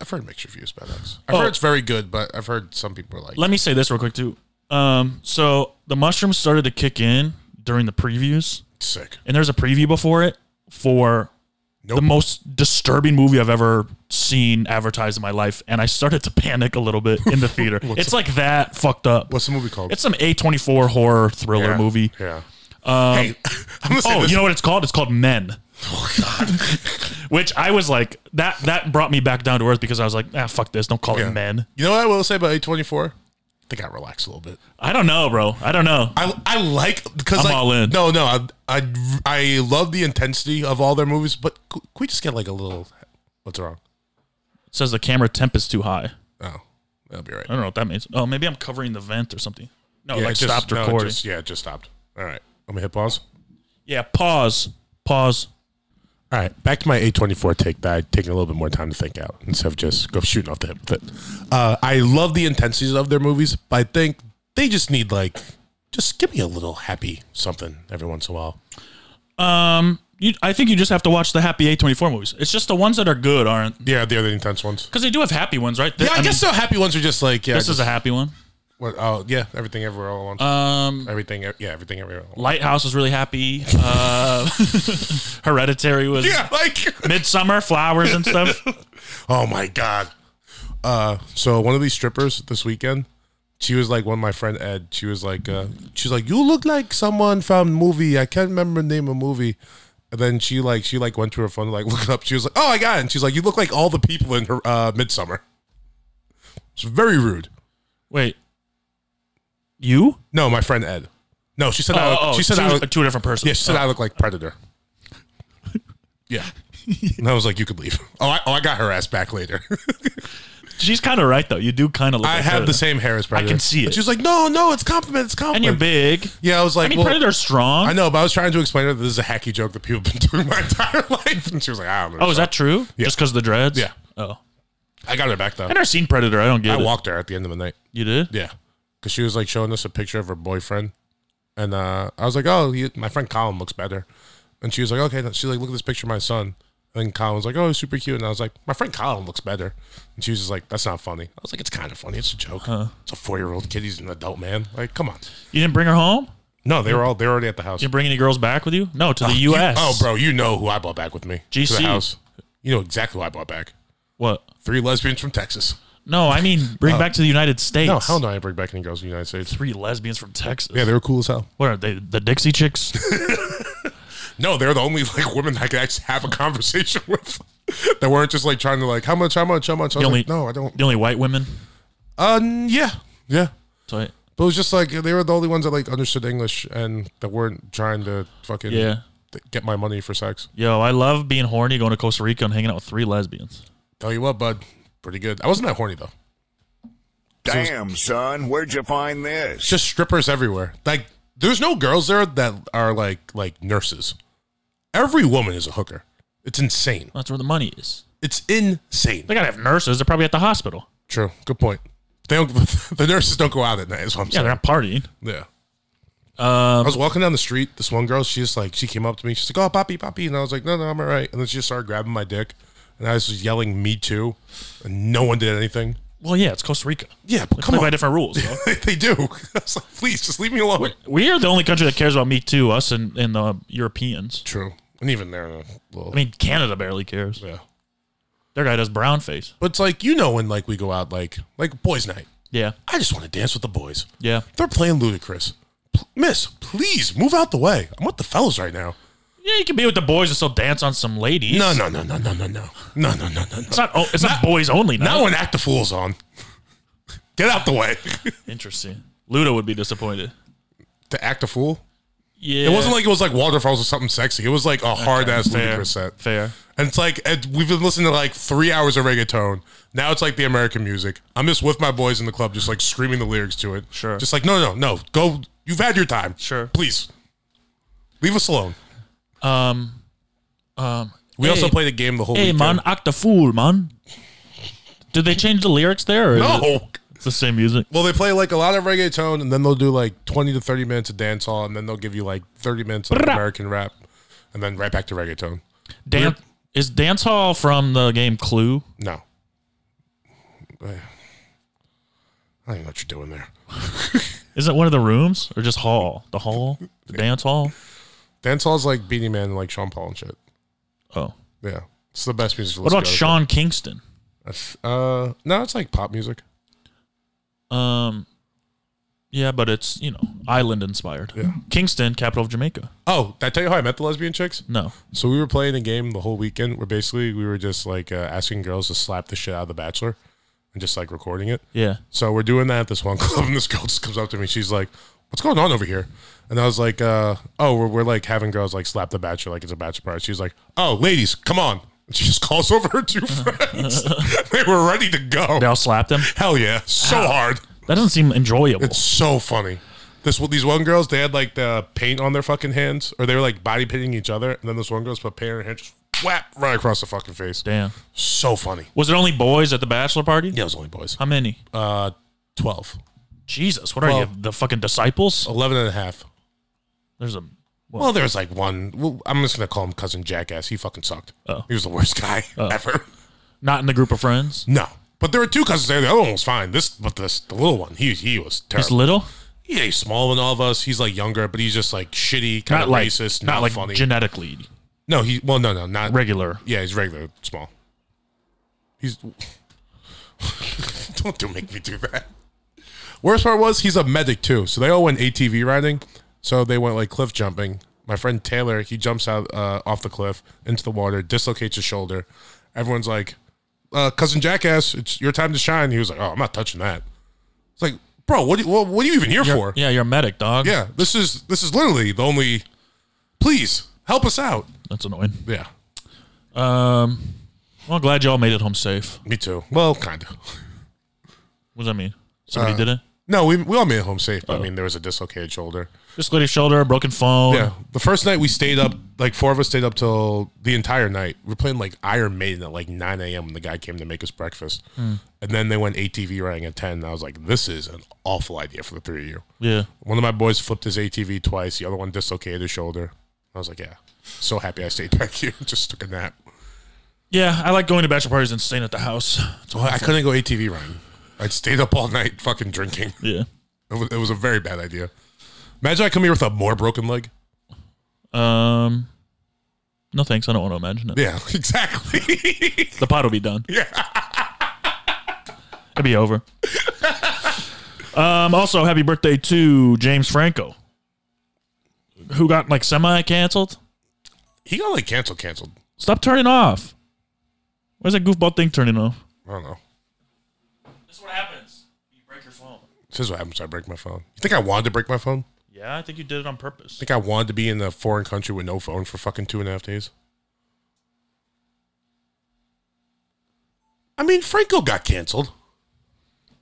I've heard mixed reviews about X. I've
Oh.
heard it's very good, but I've heard some people are like,
Let me say this real quick too. Um, so the mushrooms started to kick in during the previews,
sick.
and there's a preview before it for
Nope.
the most disturbing movie I've ever seen advertised in my life, and I started to *laughs* panic a little bit
*laughs*
in the theater. it's like that fucked up.
What's the movie called?
It's some A twenty four horror thriller
Yeah.
movie.
Yeah. Um, hey, *laughs* I'm gonna *laughs* say
Oh,
this. Oh,
you know what it's called? It's called Men. *laughs* Which I was like that. That brought me back down to earth because I was like, ah, fuck this. Don't call
Yeah.
it Men.
You know what I will say about A24? I think I relaxed a little bit.
I don't know, bro. I don't know.
I, I like because
I'm
like,
all in.
No, no, I, I I love the intensity of all their movies, but could could we just get like a little? What's wrong?
It says the camera temp is too high.
Oh, that'll be all right.
I don't know what that means. Oh, maybe I'm covering the vent or something. No,
Yeah,
like
it just-
stopped
no, it
recording.
just- yeah, it just stopped. All right, I'm gonna hit pause.
yeah, pause. Pause.
All right, back to my A24 take that I'd taken a little bit more time to think out instead of just go shooting off the hip with it. Uh, I love the intensities of their movies, but I think they just need like, just give me a little happy something every once in a while.
Um, you, I think you just have to watch the happy A24 movies. It's just the ones that are good aren't
Yeah, the other intense ones.
because they do have happy ones, right?
Yeah, I,
mean,
guess so. Happy ones are just like, yeah.
This is a happy one.
what, oh, yeah, everything everywhere all at once.
Um,
everything, e- yeah, everything everywhere. All at once.
Lighthouse was really happy. Uh, *laughs* Hereditary was
Yeah, like,
Midsummer, flowers
*laughs*
and stuff.
oh my God. Uh, so one of these strippers this weekend, she was like one of my friend Ed. She was like, uh, she's like, you look like someone from movie. I can't remember the name of movie. And then she like she like went to her phone like *laughs* look it up. She was like, oh I got it. And she's like, you look like all the people in her uh, Midsummer. It's very rude.
Wait, you?
No, my friend Ed. No, she said. I
Oh,
look,
oh,
she said.
two,
I look,
two different persons.
yeah, she said I look like
*laughs*
Predator. Yeah, and I was like, you could leave. *laughs* Oh, I, oh, I got her ass back later. *laughs*
She's kind of right though. You do kind of look.
I
like
have
her.
the same hair as Predator.
can see
But
it.
she was like, no, no, it's compliment, it's
And
compliment.
you're big.
Yeah, I was
I
like,
mean,
well,
Predator's strong.
I know, but I was trying to explain to her that this is a hacky joke that people have been *laughs* doing my entire life, and she was like, I don't know.
Oh, is that true? Just because of the dreads?
Yeah.
Oh,
I got her back though.
I never seen Predator. I don't get
I
it.
walked her at the end of the night.
you did?
Yeah, because she was like showing us a picture of her boyfriend, and uh, I was like, "Oh, he, my friend Colin looks better," and she was like, "Okay." She's like, "Look at this picture of my son." And then Colin was like, "Oh, he's super cute," and I was like, "My friend Colin looks better," and she was just like, "That's not funny." I was like, "It's kind of funny. It's a joke. It's a four-year-old kid. He's an adult man. Like, come on."
You didn't bring her home?
No, they were all they were already at the house.
You bring any girls back with you? No, to the
You-
U.S.
oh, bro, you know who I brought back with me to
GC.
the house. You know exactly who I brought back.
What?
Three lesbians from Texas.
No, I mean bring back to the United States.
No, hell no, I didn't bring back any girls from the United States.
Three lesbians from Texas.
Yeah, they were cool as hell.
What are they? The Dixie *laughs* Chicks?
No, they're the only like women that I could actually have a conversation *laughs* with. that weren't just like trying to like how much, how much, how much. I was
The only-
like, no, I don't.
the only white women?
Um, yeah, yeah.
So I-
But it was just like they were the only ones that like understood English and that weren't trying to fucking
Yeah.
th- get my money for sex.
Yo, I love being horny, going to Costa Rica and hanging out with three lesbians.
Tell you what, bud, pretty good. I wasn't that horny though.
Damn, son, where'd you find this?
It's just strippers everywhere. Like there's no girls there that are like like nurses. Every woman is a hooker. It's insane.
That's where the money is.
It's insane.
They gotta have nurses. They're probably at the hospital.
True. Good point. They don't. *laughs* The nurses don't go out at night. Is what I'm
Yeah,
saying.
they're not partying.
Yeah. I was walking down the street. This one girl, she just like she came up to me. She's like, "Oh, poppy, poppy," and I was like, "No, no, I'm all right." And then she just started grabbing my dick, and I was just yelling, "Me too," and no one did anything. *laughs*
Well, yeah, it's Costa Rica.
Yeah, but
They
come
play by
on,
different rules. *laughs* though.
they do. *laughs* I was like, "Please, just leave me alone."
we are the only country that cares about Me Too. Us and and the Europeans.
True, and even there, a little,
I mean, Canada barely cares.
yeah.
Their guy does brown face.
But it's like you know when like we go out like like boys' night.
Yeah,
I just want to dance with the boys.
yeah.
They're playing ludicrous. P- miss, please move out the way. I'm with the fellas right now.
Yeah, you can be with the boys and still dance on some ladies.
No, no, no, no, no, no, no, no, no, no, no.
*laughs* It's not. Oh, it's not, boys only. Now.
Not when Act the Fool's on. Get out the way.
Interesting. Luda would be disappointed.
to Act a Fool?
Yeah,
It wasn't like it was like waterfalls or something sexy. It was like a hard ass
fair.
ludicrous set.
Fair.
And it's like and we've been listening to like three hours of reggaeton. Now it's like the American music. I'm just with my boys in the club, just like screaming the lyrics to it.
Sure.
Just like no, no, no. Go. You've had your time.
Sure.
Please, leave us alone.
Um,
We
Hey.
also played a game the whole
hey
weekend.
man, act a fool, man. Did they change the lyrics there? Or is it-
No.
it's the same music.
Well, they play like a lot of reggaeton, and then they'll do like twenty to thirty minutes of dance hall, and then they'll give you like thirty minutes of
Brrrah.
American rap, and then right back to reggaeton.
Dan- is dance hall from the game Clue?
No. *sighs* I I don't know what you're doing there.
Is it one of the rooms or just hall? The hall, the dance hall.
Dance hall's like Beanie Man and like Sean Paul and shit.
Oh,
Yeah, it's the best music. to
What
listen
about
to.
Sean Kingston?
That's- Uh, no, it's like pop music.
Um, yeah, but it's you know island inspired.
Yeah.
Kingston, capital of Jamaica.
Oh, did I tell you how I met the lesbian chicks?
No,
So we were playing a game the whole weekend where basically we were just like uh, asking girls to slap the shit out of The Bachelor and just like recording it.
yeah,
So we're doing that at this one *laughs* club, and this girl just comes up to me. She's like, "What's going on over here?" And I was like, uh, "Oh, we're, we're like having girls like slap the bachelor, like it's a bachelor party." She's like, "Oh, ladies, come on!" And she just *laughs* calls over her two friends. *laughs* they were ready to go.
they all slapped him.
Hell yeah, so hard,
That doesn't seem enjoyable.
so funny. This these one girls, they had like the paint on their fucking hands, or they were like body painting each other, and then this one girl's put paint on her hand, just whap right across the fucking face.
Damn.
So funny.
Was it only boys at the bachelor party?
Yeah, it was only boys.
How many?
Uh, 12.
Jesus, what are you, the fucking disciples?
11 and a half.
There's a
Well, there was like one. Well, I'm just gonna call him cousin Jackass. He fucking sucked.
Oh.
He was the worst guy ever.
not in the group of friends.
No, but there were two cousins there. The other one was fine. This, but this, the little one, he he was
He's
terrible.
little,
yeah, he's smaller than all of us. He's like younger, but he's just like shitty, kind
not
of
like
racist,
not,
not,
like
funny.
genetically
no, he. Well, no, no, not.
regular.
yeah, he's regular, small. He's. *laughs* Don't do make me do that. Worst part was he's a medic too, so they all went ATV riding. So they went like cliff jumping. My friend Taylor, he jumps out uh, off the cliff into the water, dislocates his shoulder. Everyone's like, uh, "Cousin Jackass, it's your time to shine." He was like, "Oh, I'm not touching that." It's like, bro, what? Do you, what, what are you even here for?
Yeah, you're a medic, dog.
yeah, this is this is literally the only. Please help us out.
that's annoying.
Yeah,
Um, well, glad y'all made it home safe.
me too. Well, kind of.
What does that mean?
Uh,
Somebody did it.
No, we, we all made it home safe, but I mean, there was a dislocated shoulder.
Dislocated shoulder, a broken phone.
Yeah. The first night we stayed up, like four of us stayed up till the entire night. We were playing like Iron Maiden at like 9 a.m. when the guy came to make us breakfast. And then they went ATV riding at 10. And I was like, this is an awful idea for the three of you.
yeah.
One of my boys flipped his ATV twice, the other one dislocated his shoulder. I was like, yeah. So happy I stayed back here. *laughs* Just took a nap.
Yeah, I like going to bachelor parties and staying at the house. It's
I couldn't go ATV riding. I stayed up all night fucking drinking.
Yeah.
It was, it was a very bad idea. Imagine I come here with a more broken leg.
Um, no thanks. I don't want to imagine it.
Yeah, *laughs* exactly. *laughs*
The pod will be done. Yeah. It'll be over. um, also, happy birthday to James Franco, who got like semi canceled.
he got like cancel canceled.
Stop turning off. Where's that goofball thing turning off?
I don't know.
That's what happens. You break your phone.
This is what happens. when I break my phone. You think I wanted to break my phone? You
Yeah, I think you did it on purpose.
think I wanted to be in a foreign country with no phone for fucking two and a half days? I mean, Franco got canceled.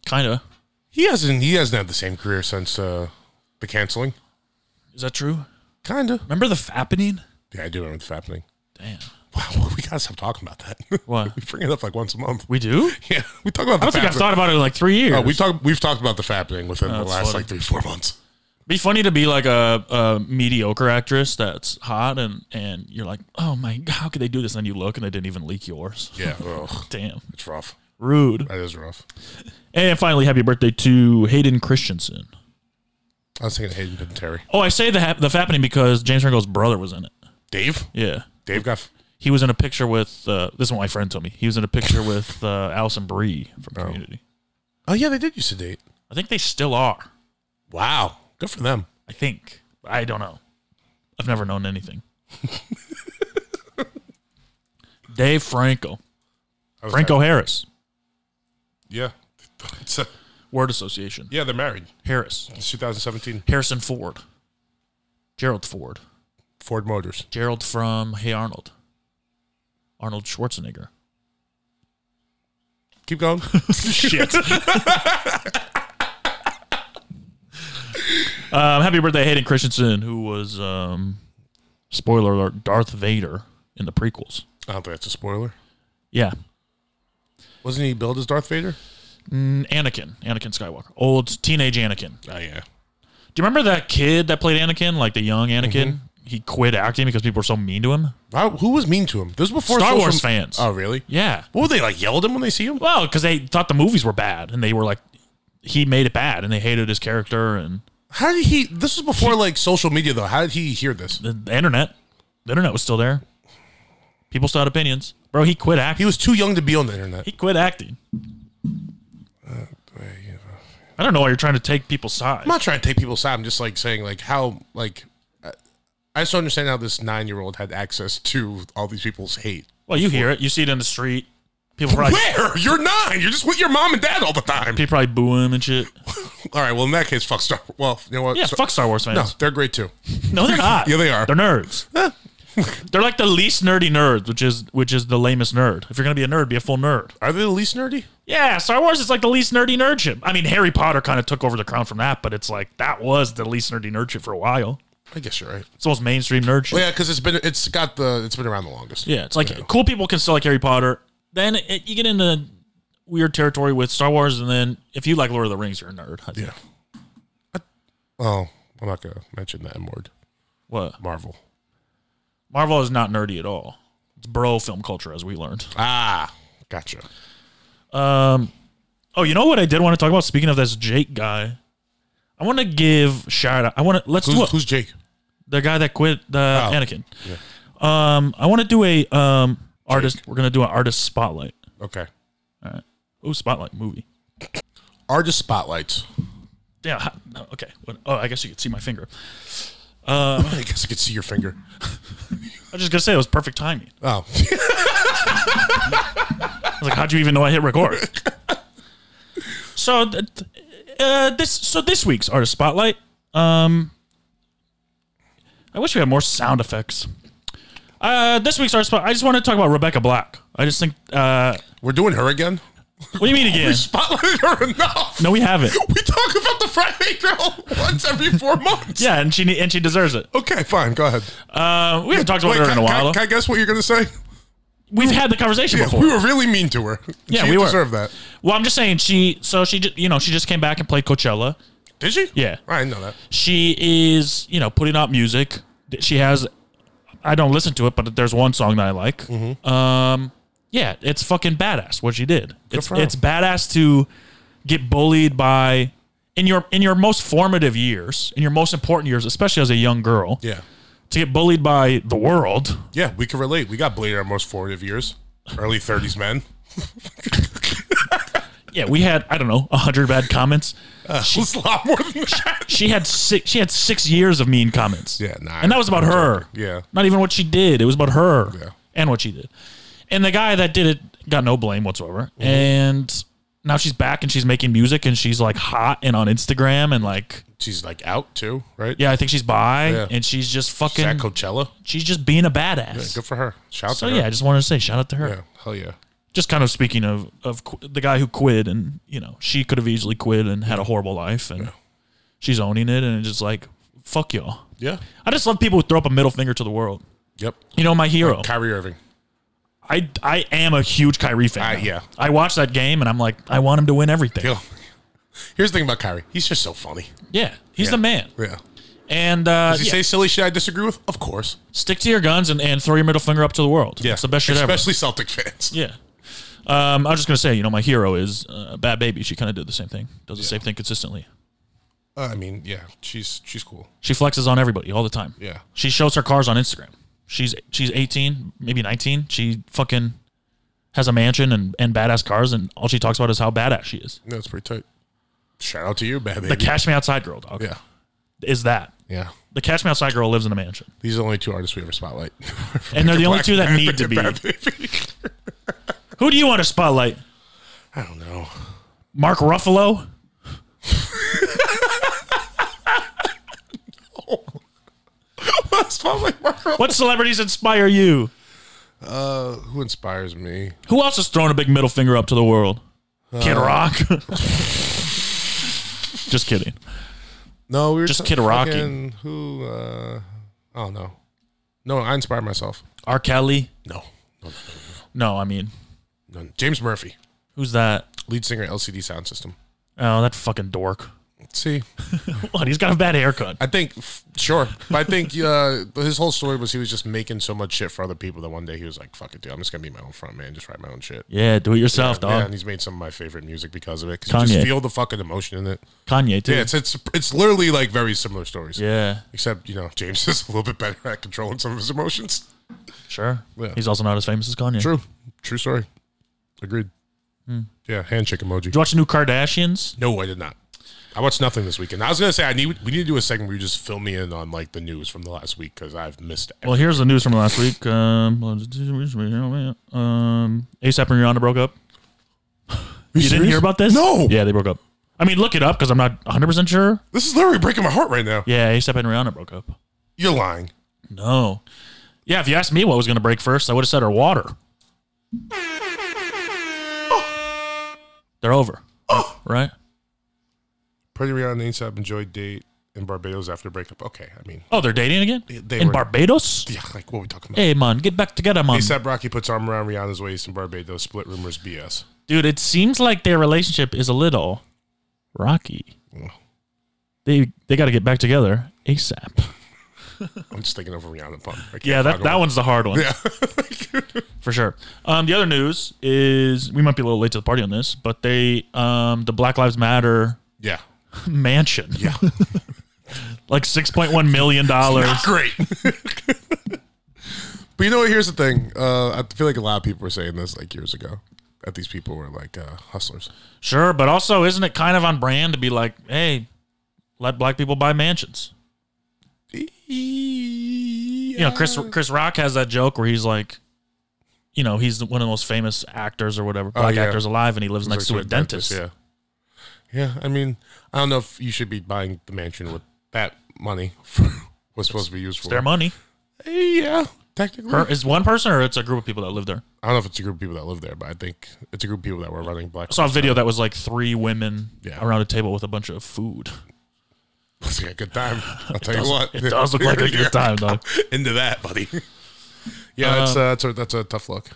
Kind of.
He hasn't. He hasn't had the same career since uh, the canceling.
Is that true?
Kinda.
Remember the fappening?
Yeah, I do remember the happening.
Damn.
Wow, *laughs* we gotta stop talking about that. *laughs*
What?
we bring it up like once a month.
We do?
*laughs* Yeah, we talk about. The Oh,
I don't think I've thought about it in like three years. Oh,
we talk. We've talked about the happening within the
that's
last
funny.
like three, four months.
be funny to be like a, a mediocre actress that's hot and and you're like, oh my god, how could they do this? And then you look and they didn't even leak yours.
Yeah, ugh,
Damn,
it's rough.
rude.
That is rough.
And finally, happy birthday to Hayden Christensen.
I was thinking Hayden Terry.
Oh, I say the hap- the happening because James Franco's brother was in it.
Dave.
Yeah,
Dave got. f-
he was in a picture with. Uh, this is what my friend told me. He was in a picture with uh, Allison Brie from Community.
Oh yeah, they did use sedate.
I think they still are.
Wow, good for them.
I think. I don't know. I've never known anything. Dave Franco.
I was
Franco
happy.
Harris.
Yeah, It's a-
Word association.
yeah, they're married.
Harris.
It's 2017.
Harrison Ford. Gerald Ford.
Ford Motors.
Gerald from Hey Arnold. Arnold Schwarzenegger. *laughs*
Keep going. *laughs*
Shit. *laughs* um, happy birthday, Hayden Christensen, who was, um, spoiler alert, Darth Vader in the prequels.
I don't think that's a spoiler.
Yeah.
Wasn't he billed as Darth Vader?
Mm, Anakin. Anakin Skywalker. Old teenage Anakin.
Oh yeah.
Do you remember that kid that played Anakin, like the young Anakin? He quit acting because people were so mean to him.
Wow, who was mean to him? This was before
Star
social-
Wars fans.
Oh really?
Yeah.
What were they like? Yelled at him when they see him?
Well, because they thought the movies were bad, and they were like, he made it bad, and they hated his character and
How did he? This was before like social media though. How did he hear this?
the, the internet. The internet was still there. People still had opinions. Bro, he quit
He
acting.
was too young to be on the internet.
He quit acting. I don't know why you're trying to take people's side.
I'm not trying to take people's side. I'm just like saying like how like I, I just don't understand how this nine year old had access to all these people's hate.
Well, you hear it. You see it in the street. People probably
Where you're nine, you're just with your mom and dad all the time.
people probably boo him and shit.
All right, well in that case, fuck Star. Well, you know what?
Yeah,
So-
fuck Star Wars
No,
fans.
they're great too.
No, they're not.
Yeah, they are.
They're nerds. they're like the least nerdy nerds, which is which is the lamest nerd. If you're gonna be a nerd, be a full nerd.
Are they the least nerdy?
Yeah, Star Wars is like the least nerdy nerd ship. I mean, Harry Potter kind of took over the crown from that, but it's like that was the least nerdy nerd ship for a while.
I guess you're right.
It's the most mainstream nerd ship.
Well, yeah, because it's been it's got the it's been around the longest.
Yeah, it's like cool people can still like Harry Potter. Then it, you get into weird territory with Star Wars, and then if you like Lord of the Rings, you're a nerd. I think.
Yeah. Oh, I'm not gonna mention that M word.
What?
Marvel.
Marvel is not nerdy at all. It's bro film culture, as we learned.
Ah, gotcha.
Oh, you know what I did want to talk about? Speaking of this Jake guy, I want to give shout out. I want to let's do a,
Who's, who's Jake?
the guy that quit the
Oh.
Anakin. Um, I want to do a um artist. We're gonna do an artist spotlight.
Okay.
Oh, spotlight movie.
Artist spotlights.
Yeah. ha- no, Okay. What- Oh, I guess you could see my finger.
I guess I could see your finger.
I was just gonna say it was perfect timing.
Oh,
I was like, how'd you even know I hit record? so, th- th- uh, this so this week's artist spotlight. Um, I wish we had more sound effects. Uh, this week's artist spotlight. I just want to talk about Rebecca Black. I just think. Uh,
we're doing her again.
what do you
*laughs*
mean again?
Spotlighted her enough.
No, we haven't.
We talk about the Friday Girl once every four months.
Yeah, and she ne- and she deserves it.
Okay, fine. Go ahead.
Uh, we haven't talked about
Wait,
her in
can,
a
can-
while.
Can, I guess what you're gonna say?
We've had the conversation
Yeah,
before.
we were really mean to her.
Yeah,
she
we were.
deserved that.
well, I'm just saying she. So she, ju- you know, she just came back and played Coachella.
Did she?
Yeah.
I didn't know that.
she is you know putting out music she has i don't listen to it but there's one song that i like
Mm-hmm.
um yeah it's fucking badass what she did it's
for her.
it's badass to get bullied by in your in your most formative years in your most important years especially as a young girl
Yeah,
to get bullied by the world
yeah. We can relate. We got bullied our most formative years, early 30s
*laughs*
men.
yeah we had i don't know 100 bad comments
It's a lot more than
*laughs*
that.
she had six she had six years of mean comments
Yeah, nah,
and that was about
I'm
her
joking. Yeah.
not even what she did it was about her
Yeah.
and what she did and the guy that did it got no blame whatsoever
Mm-hmm.
and now she's back and she's making music and she's like hot and on instagram and like
She's like out too, right?
yeah i think she's bi
Yeah.
and she's just
She's
fucking
at Coachella.
she's just being a badass
Good for her. Shout out
so
to her.
yeah i just wanted to say shout out to her
yeah. Hell yeah.
just kind of speaking of of qu- the guy who quit and you know she could have easily quit and had a horrible life and she's owning it and it's just like fuck y'all
Yeah.
I just love people who throw up a middle finger to the world.
Yep.
You know, my hero.
Kyrie Irving.
I I am a huge Kyrie fan.
I-
now.
yeah.
I watch that game and I'm like, I want him to win everything.
Yo. Here's the thing about Kyrie. He's just so funny.
Yeah, he's the man.
Yeah.
And uh,
Does he
yeah,
say silly shit I disagree with? Of course.
stick to your guns and, and throw your middle finger up to the world.
Yeah.
it's the best shit ever.
Especially Celtic fans.
Yeah. Um, I was just gonna say, you know, my hero is uh, Bad Baby. She kind of did the same thing, does the same thing consistently.
Uh, I mean, yeah. She's she's cool.
She flexes on everybody all the time.
Yeah.
She shows her cars on Instagram. She's she's 18, maybe 19. She fucking has a mansion and, and badass cars, and all she talks about is how badass she is.
No, it's pretty tight. Shout out to you, bad
The
baby.
Cash Me Outside girl, dog,
yeah.
is that.
Yeah.
The Cash Me Outside girl lives in a mansion.
These are the only two artists we ever spotlight.
And they're the only
Black
two that
Panther
need to
and
be.
Bad Baby.
Who do you want to spotlight?
I don't know.
Mark Ruffalo?
*laughs* Spotlight Mark Ruffalo.
What celebrities inspire you?
Uh, Who inspires me?
Who else is throwing a big middle finger up to the world? Kid
Uh,
Rock? Just kidding.
No, we were
Just
t-
Kid Rocky.
fucking Who? Uh, I don't know. No, I inspire myself.
R. Kelly?
No, no,
No, I mean,
no, no. James Murphy,
who's that?
lead singer, LCD Sound System.
Oh, that fucking dork.
See,
What? He's got a bad haircut.
I think f- sure, but I think *laughs* uh, his whole story was he was just making so much shit for other people that one day he was like, "Fuck it, dude, I'm just gonna be my own front man, just write my own shit."
Yeah, do it yourself,
Yeah,
dog.
and he's made some of my favorite music because of it. Because you
Kanye.
just feel the fucking emotion in it.
Kanye too.
Yeah, it's it's it's literally like very similar stories.
yeah.
*laughs* Except you know James is a little bit better at controlling some of his emotions.
Sure.
Yeah.
He's also not as famous as Kanye.
True. True story. Agreed.
Hmm.
Yeah, handshake emoji.
Did you watch the new Kardashians?
No, I did not. I watched nothing this weekend. I was gonna say I need we need to do a segment where you just fill me in on like the news from the last week because I've missed.
Well, here's the news from last week. Um, um, ASAP and Rihanna broke up. You, didn't hear about this?
No.
Yeah, they broke up. I mean, look it up because I'm not 100 percent sure.
This is literally breaking my heart right now.
Yeah, ASAP and Rihanna broke up.
You're lying.
No. Yeah, if you asked me what was going to break first, I would have said her water. They're over,
Oh.
right?
Pretty Rihanna and ASAP enjoyed date in Barbados after breakup. Okay, I mean,
Oh, they're dating again
they
in
were-
Barbados.
yeah, like what are we talking about?
Hey, um, man, get back together, man.
ASAP Rocky puts arm around Rihanna's waist in Barbados. Split rumors BS.
Dude, it seems like their relationship is a little rocky. They they got to get back together ASAP.
I'm just thinking of a Rihanna pun. I can't
Yeah, that,
fucking-
that one's the hard one. Yeah. *laughs* For sure. Um, the other news is we might be a little late to the party on this, but they um, the Black Lives Matter *laughs*
Yeah,
mansion. Yeah. *laughs* like $6.1 million. dollars.
great. *laughs* but you know what? Here's the thing. Uh, I feel like a lot of people were saying this like years ago. That these people were like uh, hustlers.
Sure, but also isn't it kind of on brand to be like, hey, let black people buy mansions? You know, Chris Chris Rock has that joke where he's like, you know, he's one of the most famous actors or whatever, black
Oh, yeah.
actors alive, and he lives next
Like,
to a dentist.
Yeah. Yeah. I mean, I don't know if you should be buying the mansion with that money. *laughs* For what's supposed to be used for? Eh,
Their money.
Yeah. Technically,
Her, is one person or it's a group of people that live there?
I don't know if it's a group of people that live there, but I think it's a group of people that were running black.
I saw a video that was like three women
Yeah.
around a table with a bunch of food.
It's like a good time. I'll tell you
Does-
what.
It does
*laughs*
look like a good time, dog.
Into that, buddy. Yeah, that's uh, that's a, that's a tough look.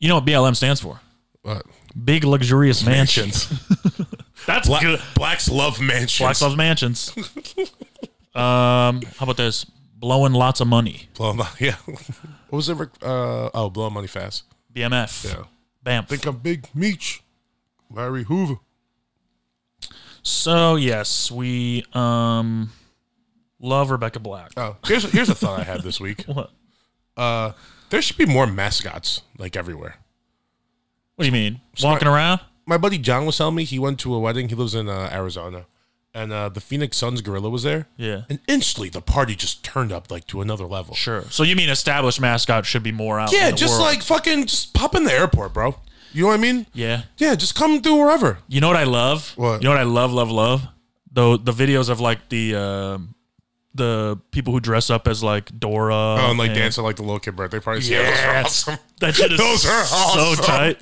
You know what BLM stands for?
But
Big luxurious
*laughs*
mansions. That's
Black,
good.
blacks love mansions.
Black loves mansions. um, how about this? Blowing lots of money.
Blow 'em up, yeah. *laughs* What was it? Rick? Uh, oh, blow 'em money fast.
BMF.
Yeah.
Bamf.
Think I'm big Meech, Larry Hoover.
so yes, we um love Rebecca Black.
Oh, here's here's a thought I had this week.
*laughs*
Uh,
What?
There should be more mascots like everywhere.
What do you mean? Walking around?
my buddy John was telling me he went to a wedding. He lives in uh, Arizona, and uh, the Phoenix Suns gorilla was there.
Yeah.
and instantly the party just turned up like to another level.
Sure. So you mean established mascot should be more out?
Yeah,
in the
just
world.
like fucking, just pop in the airport, bro. You know what I mean?
yeah.
Yeah, just come through wherever.
You know what I love?
What?
You know what I love, love, love? Though the videos of like the um the people who dress up as like Dora.
Oh, and like dancing like the little kid birthday parties. Yeah, those are
Yes.
awesome.
That shit
*laughs*
is
Those are
so
awesome.
tight.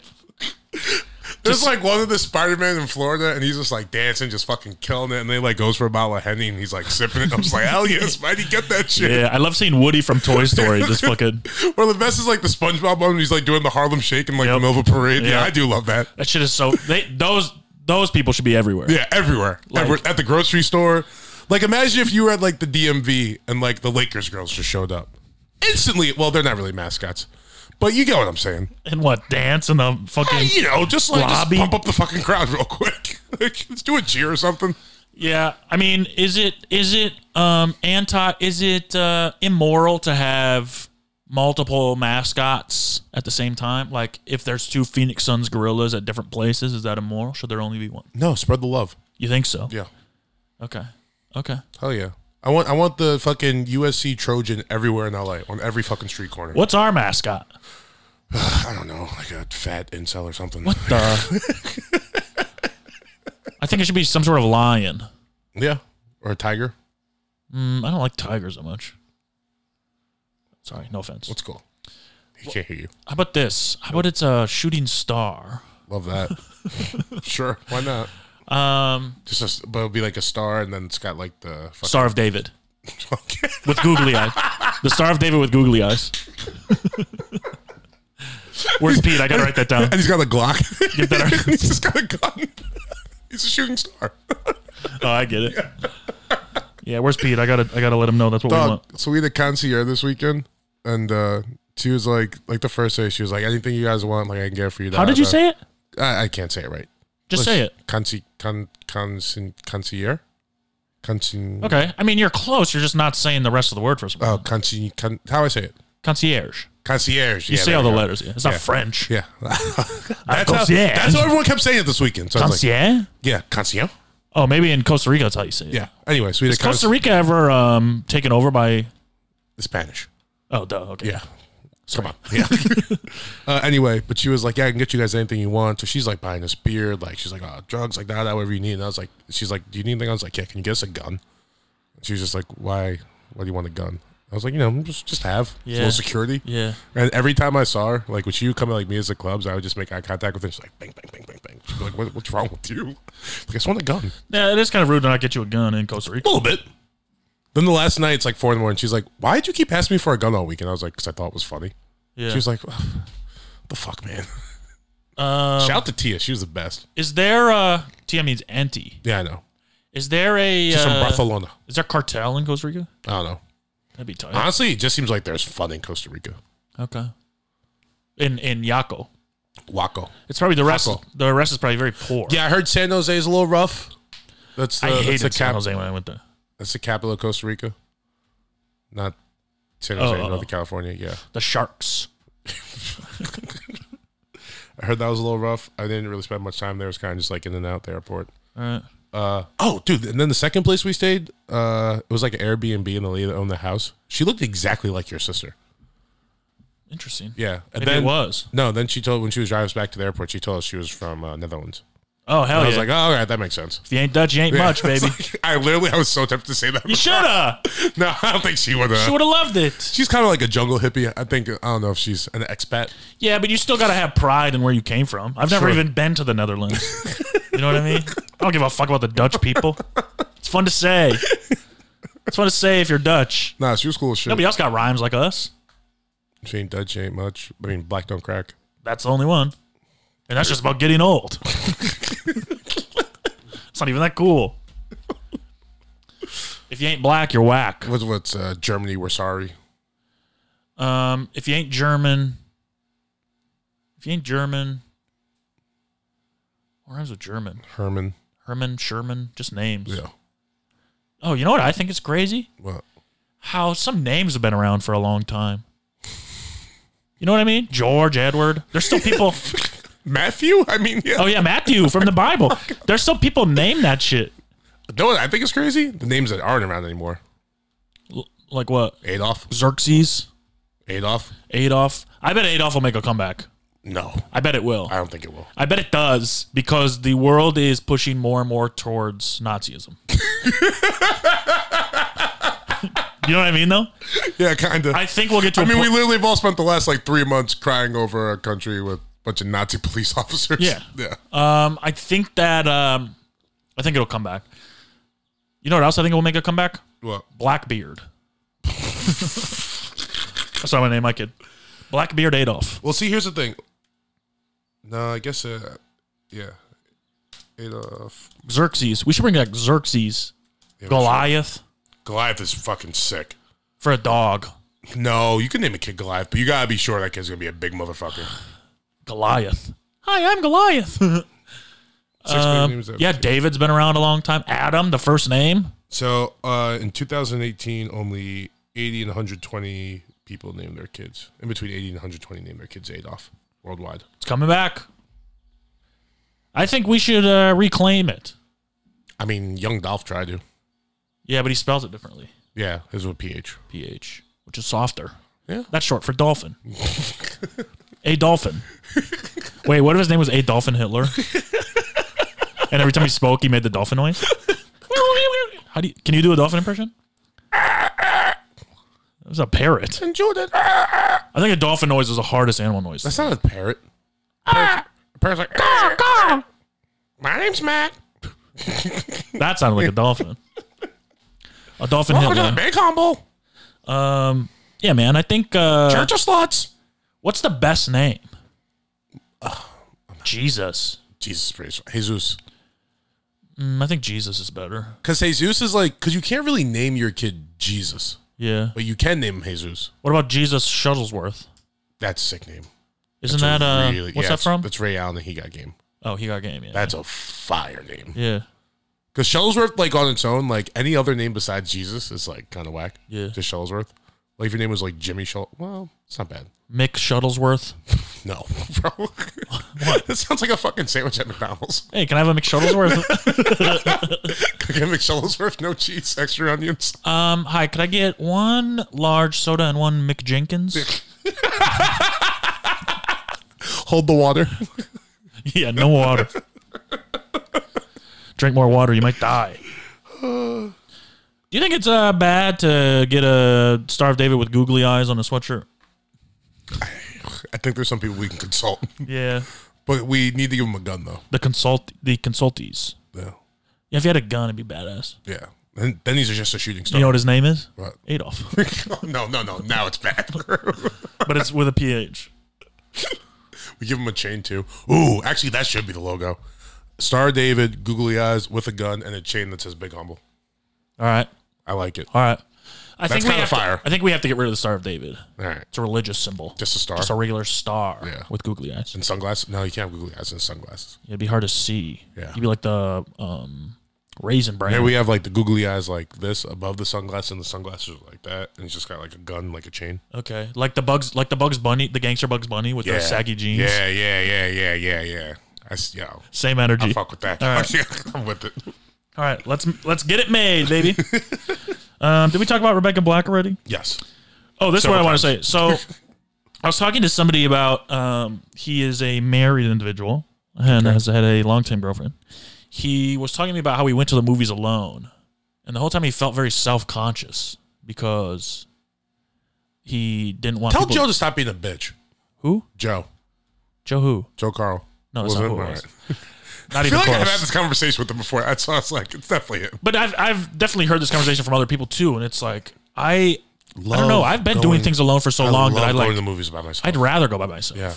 There's like one of the Spider Man in Florida, and he's just like dancing, just fucking killing it. And they like goes for a bottle of henny, and he's like sipping it. I was like, hell yeah, Spidey, get that shit.
Yeah, I love seeing Woody from Toy Story just
*laughs*
fucking
Or the best is like the SpongeBob one. when He's like doing the Harlem Shake in like the middle of a parade. Yeah,
Yeah.
I do love that.
That shit is so. They those those people should be everywhere.
Yeah, everywhere.
Like-
Everywhere. at the grocery store. Like imagine if you were at like the DMV and like the Lakers girls just showed up instantly. Well, they're not really mascots, but you get what I'm saying.
And what dance and the fucking
Hey, you know, just like just
Lobby.
pump up the fucking crowd real quick. *laughs* Like, let's do a cheer or something.
yeah. I mean, is it is it um anti is it uh immoral to have multiple mascots at the same time? Like if there's two Phoenix Suns gorillas at different places, is that immoral? Should there only be one?
No, spread the love.
You think so?
Yeah,
Okay. Okay.
hell yeah. I want I want the fucking USC Trojan everywhere in LA on every fucking street corner.
What's our mascot?
I don't know, like a fat incel or something.
The
*laughs*
I think it should be some sort of lion.
Yeah, or a tiger.
Mm, I don't like tigers that much. Sorry, no offense.
What's cool? He can't hear you.
How about this? How about it's a shooting star?
Love that.
*laughs*
sure, why not?
Um,
Just a, s- but it'll be like a star, and then it's got like the fucking. *laughs*
Star of David with googly eyes. The Star of David with googly eyes. Where's Pete? I gotta write that down.
and he's got a Glock.
Get that right.
*laughs* he's just got a gun. he's a shooting star.
Oh, I get it. Yeah, where's Pete? I gotta, I gotta let him know that's what we
Dog,
want.
so we had a concierge this weekend, and uh, she was like, like the first day, she was like, anything you guys want, like I can get for you.
How did you say it?
I, I can't say it right.
Just say it.
Conci, con, conci, concierge, conci.
Okay. I mean, you're close. You're just not saying the rest of the word for some
Oh,
reason.
conci, con, how I say it?
concierge.
Concierge.
You
yeah,
say
there
all
we
the
go.
letters. Yeah. It's not
Yeah.
French. Uh,
Yeah. that's, how,
*laughs* concierge.
that's what everyone kept saying it this weekend. So I was like,
Concierge?
yeah, concierge.
Oh, maybe in Costa Rica, that's how you say it.
Yeah. Anyway, so we
Is
did cons-
Costa Rica ever um, taken over by?
Spanish.
Oh, duh. Okay.
Yeah. Come *laughs* on. Yeah. uh, anyway, but she was like, Yeah, I can get you guys anything you want. So she's like buying us beer, like she's like, Oh, drugs, like that, whatever you need. And I was like she's like, Do you need anything? I was like, Yeah, can you get us a gun? She was just like, Why why do you want a gun? I was like, you know, just just have It's
Yeah.
low security.
Yeah.
And every time I saw her, like when she would come at like me as the clubs, I would just make eye contact with her. She's like, bang, bang, bang, bang, bang. She'd be like, what, what's wrong with you? Like, I just want a gun.
Yeah, it is kind of rude to not get you a gun in Costa Rica.
A little bit. Then the last night, it's like four in the morning. She's like, "Why did you keep asking me for a gun all week?" And I was like, "Cause I thought it was funny."
Yeah.
She was like, "What "The fuck, man!"
Um,
Shout out to Tia. She was the best.
is there a TM means anti?
Yeah, I know.
Is there a
She's
uh,
from Barcelona.
is there cartel in Costa Rica?
I don't know.
That'd be tight.
Honestly, it just seems like there's fun in Costa Rica.
Okay. In in Yaco,
Waco.
it's probably the rest.
Yaco.
The rest is probably very poor.
Yeah, I heard San Jose is a little rough. That's the,
I
that's the
hated San
cap-
Jose when I went there.
That's the capital of Costa Rica. Not San
Oh,
Jose,
oh, oh.
Northern California. Yeah,
The Sharks.
I heard that was a little rough. I didn't really spend much time there. It was kind of just like in and out the airport.
All right.
Oh, dude! And then the second place we stayed, uh, it was like an Airbnb, and the lady that owned the house, she looked exactly like your sister.
Interesting.
Yeah, and
Maybe
then
it was.
no. Then she told when she was driving us back to the airport, she told us she was from uh, Netherlands.
Oh hell
I
yeah!
was like, oh, all right, that makes sense. *laughs*
if you ain't Dutch, you ain't much,
Yeah, it's *laughs*
baby.
like- I literally, I was so tempted to say that.
you shoulda.
no, I don't think she would.
She
Uh,
would have loved it.
she's kind of like a jungle hippie. I think I don't know if she's an expat.
Yeah, but you still gotta have pride in where you came from. I've never
Sure.
even been to the Netherlands. you know what I mean? I don't give a fuck about the Dutch people. It's fun to say. It's fun to say if you're Dutch.
Nah, she was cool as shit.
Nobody else got rhymes like us.
She ain't dead. She ain't much. I mean, black don't crack.
That's the only one. And that's just about getting old. *laughs* it's not even that cool. If you ain't black, you're whack.
What's what's uh, Germany? We're sorry.
Um, if you ain't German, if you ain't German, what rhymes with German?
Herman.
Herman, Sherman, just names.
Yeah.
Oh, you know what I think is crazy?
What?
How some names have been around for a long time. You know what I mean? George, Edward. There's still people.
Matthew? I mean, yeah.
oh yeah, Matthew from the Bible. There's still people name that shit.
No, I think it's crazy. The names that aren't around anymore.
L- like what?
Adolf.
Xerxes,
Adolf.
Adolf. I bet Adolf will make a comeback.
No,
I bet it will.
I don't think it will.
I bet it does because the world is pushing more and more towards Nazism. you know what I mean, though?
Yeah, kind of.
I
I,
think we'll get to a
mean, we
point.
literally have all spent the last like three months crying over a country with a bunch of Nazi police *laughs* officers.
Yeah.
Yeah.
um, I think that um, I think it'll come back. You know what else I think will make a comeback?
Well,
Blackbeard. *laughs* That's not my name, I kid. Blackbeard Adolf.
well, see, here's the thing. No, I guess, uh, yeah. Adolf.
Xerxes. We should bring back Xerxes.
Yeah,
Goliath
Goliath is fucking sick.
for a dog.
No, you can name a kid Goliath, but you gotta be sure that kid's gonna be a big motherfucker.
Goliath. Hi,
*laughs*
I'm Goliath.
Six big
Um,
names that-
yeah, David's been around a long time. Adam, the first name.
So uh, in 2018, only 80 and 120 people named their kids. In between 80 and 120 named their kids Adolf worldwide.
It's coming back. I think we should uh, reclaim it.
I mean, young Dolph tried to.
Yeah, but he spells it differently.
Yeah, his with *laughs* PH.
PH, which is softer.
Yeah.
That's short for dolphin. a dolphin. Wait, what if his name was A Dolphin
*laughs*
Hitler? and every time he spoke, he made the dolphin noise? How do you, can you do a dolphin impression? That was a parrot.
And Jordan.
I think a dolphin noise is the hardest animal noise.
That's not a parrot. Parrot's- Parrot's like, "Caw, caw." My name's Matt.
That sounded like a dolphin. A dolphin
Welcome to the
Hitler.
big humble.
Yeah, man. I think. Uh,
Church of Sluts.
what's the best name? Jesus.
Jesus Christ. Jesus.
Mm, I think Jesus is better.
Because Jesus is like, because you can't really name your kid Jesus,
Yeah.
but you can name him Jesus.
What about Jesus Shuttlesworth?
That's a sick name.
Isn't
That's
that
a
uh?
really-
what's
yeah,
that from?
That's Ray Allen. and He got game.
oh, he got game. Yeah.
That's a fire name.
yeah.
Because Shuttlesworth, like on its own, like any other name besides Jesus, is like kind of whack.
Yeah.
Just Shuttlesworth. Like if your name was like Jimmy Shuttle, well, it's not bad.
Mick Shuttlesworth.
No, *laughs*
*laughs*
bro. what? *laughs* That sounds like a fucking sandwich at McDonald's. *laughs*
Hey, can I have a Mick Shuttlesworth?
Can I make Shuttlesworth, no cheese, extra onions. *laughs*
Um, hi, could I get one large soda and one Mick Jenkins?
Hold the water. *laughs*
*laughs* yeah, no water. Drink more water, you might die. Do you think it's uh, bad to get a Star of David with googly eyes on a sweatshirt?
I think there's some people we can consult,
Yeah,
but we need to give them a gun though.
the consult the consultees.
Yeah,
Yeah, if you had a gun, it'd be badass.
yeah. And then these are just a shooting
You
star.
know what his name is?
What?
Adolf,
*laughs*
*laughs*
no, no, no. Now it's bad. *laughs*
but it's with a PH.
we give him a chain too. Ooh, actually, that should be the logo. Star David, googly eyes with a gun and a chain that says Big Humble.
All right,
I like it.
all right. I
That's
think we
kinda
have to-
fire.
I think we have to get rid of the Star of David.
All right.
It's a religious symbol.
Just a star.
Just a regular star
Yeah.
with googly eyes.
and sunglasses? No, you can't have googly eyes and sunglasses.
It'd be hard to see.
Yeah.
You'd be like the um raisin brand.
Here we have like the googly eyes like this above the sunglasses, and the sunglasses are like that. And he's just got like a gun, like a chain.
okay. Like the bugs like the Bugs Bunny, the gangster Bugs Bunny with the saggy jeans.
Yeah, yeah, yeah, yeah, yeah, yeah. I, s- yo,
Same energy.
I fuck with that.
All
*laughs*
right.
I'm with it.
All right, let's let's get it
*laughs*
made, baby. um, did we talk about Rebecca Black already?
Yes.
Oh, this is what I
Several
want to say. So
*laughs*
I was talking to somebody about um, he is a married individual and has had a long-time girlfriend. He was talking to me about how he went to the movies alone. And the whole time he felt very self-conscious because he didn't want
Tell
people-
Joe to stop being a bitch.
Who?
Joe.
Joe who?
Joe Carl.
No, that's
Was
not
it?
who it
All *laughs*
was.
right.
Not
I feel
even
like I've
close.
had this conversation with him before. That's why I was like, it's definitely him.
but I've I've definitely heard this conversation from other people too, and it's like I I
Love
don't know. I've been
going-
doing things alone for so
I
long that
love
I
going
like
to the movies by myself.
I'd rather go by myself.
yeah.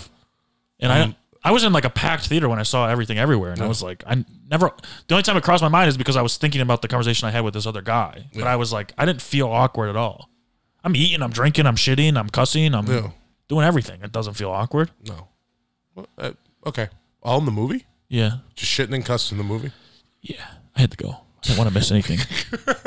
And I I was in like a packed theater when I saw everything everywhere, and I was like, I never. The only time it crossed my mind is because I was thinking about the conversation I had with this other guy, but I was like, I didn't feel awkward at all. I'm eating, I'm drinking, I'm shitting, I'm cussing, I'm
Yeah.
doing everything. It doesn't feel awkward.
No. Well, uh, okay. All in the movie?
Yeah,
Just shitting and cussing in the movie? *laughs*
yeah. I had to go. I didn't want to miss anything.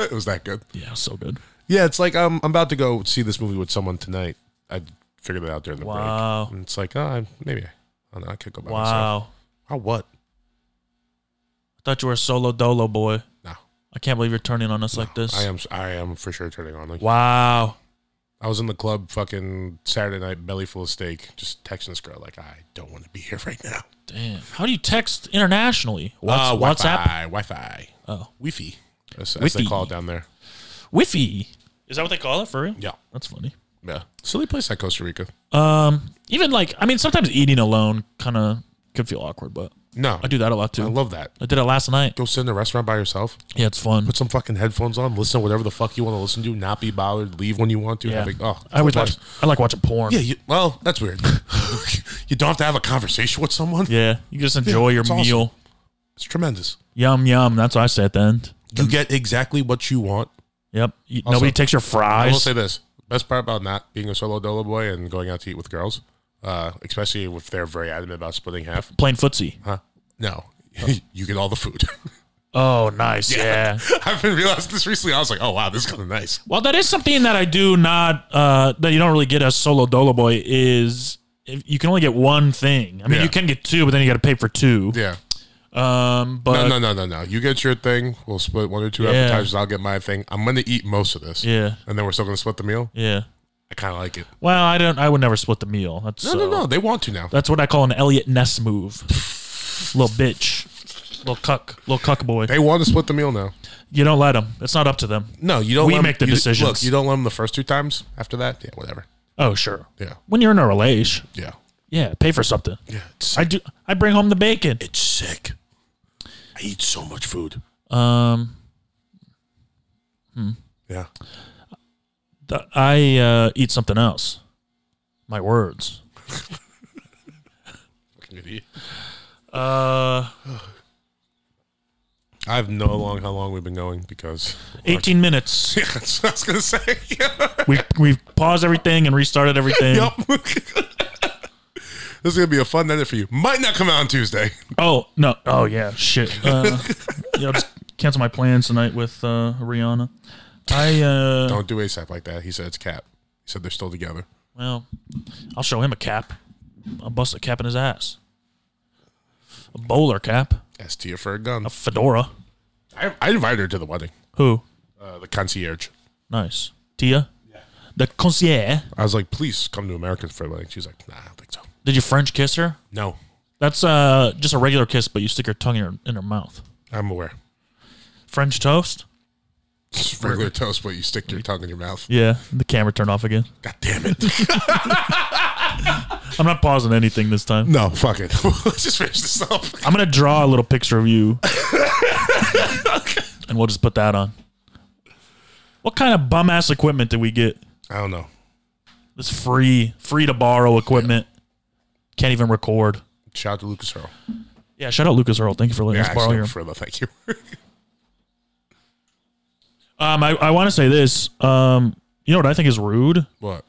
*laughs*
it was that good.
yeah, it was so good.
Yeah, it's like um, I'm about to go see this movie with someone tonight. I figured that out during the
Wow.
break. And it's like, oh, I- maybe I, I, don't know, I could go by myself.
Wow.
Oh, what?
I thought you were a solo dolo boy.
No.
I can't believe you're turning on us like this.
I am I am for sure turning on. Like,
Wow.
I was in the club fucking Saturday night, belly full of steak, just texting this girl like, I don't want to be here *laughs* right now.
Damn. How do you text internationally? What's,
Uh,
WhatsApp?
Wi-Fi, Wi-Fi,
Oh.
Wi-Fi, as, as
Wi-Fi.
they call it down there.
Wifi. Is that what they call it for real?
Yeah,
That's funny.
yeah. Silly place at Costa Rica.
Um, even like I mean, sometimes eating alone kind of could feel awkward, but
No,
I do that a lot too.
I love that.
I did it last night.
Go sit in a restaurant by yourself.
Yeah, it's fun.
Put some fucking headphones on. Listen to whatever the fuck you want to listen to. Not be bothered. Leave when you want to.
Yeah.
Have a- oh,
I always watch.
that's-
I like watching porn.
Yeah. You, well, that's
*laughs*
weird. you don't have to have a conversation with someone.
Yeah, you just enjoy your
it's awesome.
meal.
It's tremendous.
Yum yum. That's what I say at the end.
You get exactly what you want.
Yep. You-
Also-
nobody takes your
I will
fries.
say this: best part about not being a solo dolo boy and going out to eat with girls, uh, especially if they're very adamant about splitting half.
Playing footsie.
Huh? No, *laughs* you get all the food. *laughs*
Oh, nice. yeah.
I've been realizing this recently. I was like, oh wow, this is kind of nice.
Well, that is something that I do not uh, that you don't really get as solo dolo boy is if you can only get one thing. I mean,
Yeah.
you can get two, but then you got to pay for two.
Yeah.
Um, but
No, no, no, no, no. You get your thing. We'll split one or two appetizers. I'll get my thing. I'm gonna eat most of this.
Yeah.
And then we're still gonna split the meal.
yeah.
I kind of like it.
Well, I don't. I would never split the meal. That's uh,
No, no, no. They want to now.
That's what I call an Elliot Ness move. little bitch, little cuck, little cuck boy.
They want to split the meal now.
You don't let them. It's not up to them.
No, you don't.
We
let 'em-
make the
you-
decisions.
Look, you don't let them the first two times. After that, yeah, whatever.
Oh sure.
Yeah.
When you're in a relation,
Yeah.
yeah, pay for something.
Yeah. It's
I do. I bring home the bacon.
It's sick. I eat so much food.
Um,
Yeah.
th- I uh, eat something else. My words. Uh,
I have no long how long we've been going because *laughs*
18 minutes.
Yeah, that's what I was gonna say.
We we paused everything and restarted everything.
Yup. *laughs* this is gonna be a fun night for you. Might not come out on
*laughs*
Tuesday.
Oh no! Oh yeah! Shit! Uh, yeah, I'll just cancel my plans tonight with uh, Rihanna. I uh,
Don't do ASAP like that. He said it's cap. He said they're still together.
Well, I'll show him a cap. I'll bust a cap in his ass. A bowler cap,
S tier for a gun.
a fedora.
I, I invited her to the wedding.
Who?
Uh, the concierge.
Nice. Tia? The concierge.
I was like, please come to Americans for a wedding. She's like, nah, I don't think so.
Did you French kiss her?
No,
That's uh, just a regular kiss, but you stick your tongue in her, in her mouth.
I'm aware.
French toast?
It's regular toast, but you stick your tongue in your mouth.
Yeah. The camera turned off again.
God damn
*laughs*
it.
I'm not pausing anything this time.
no, fuck
*laughs*
it. *laughs* Let's just finish this up.
I'm going to draw a little picture of you. and we'll just put that on. What kind of bum ass equipment did we get?
I don't know.
This free, free to borrow equipment. Can't even record.
Shout out to Lucas Earl.
Yeah, shout out Lucas Earl. Thank you for letting
Yeah,
us borrow
actually,
your.
for the thank you. *laughs*
Um, I, I want to say this. Um, you know what I think is rude?
what?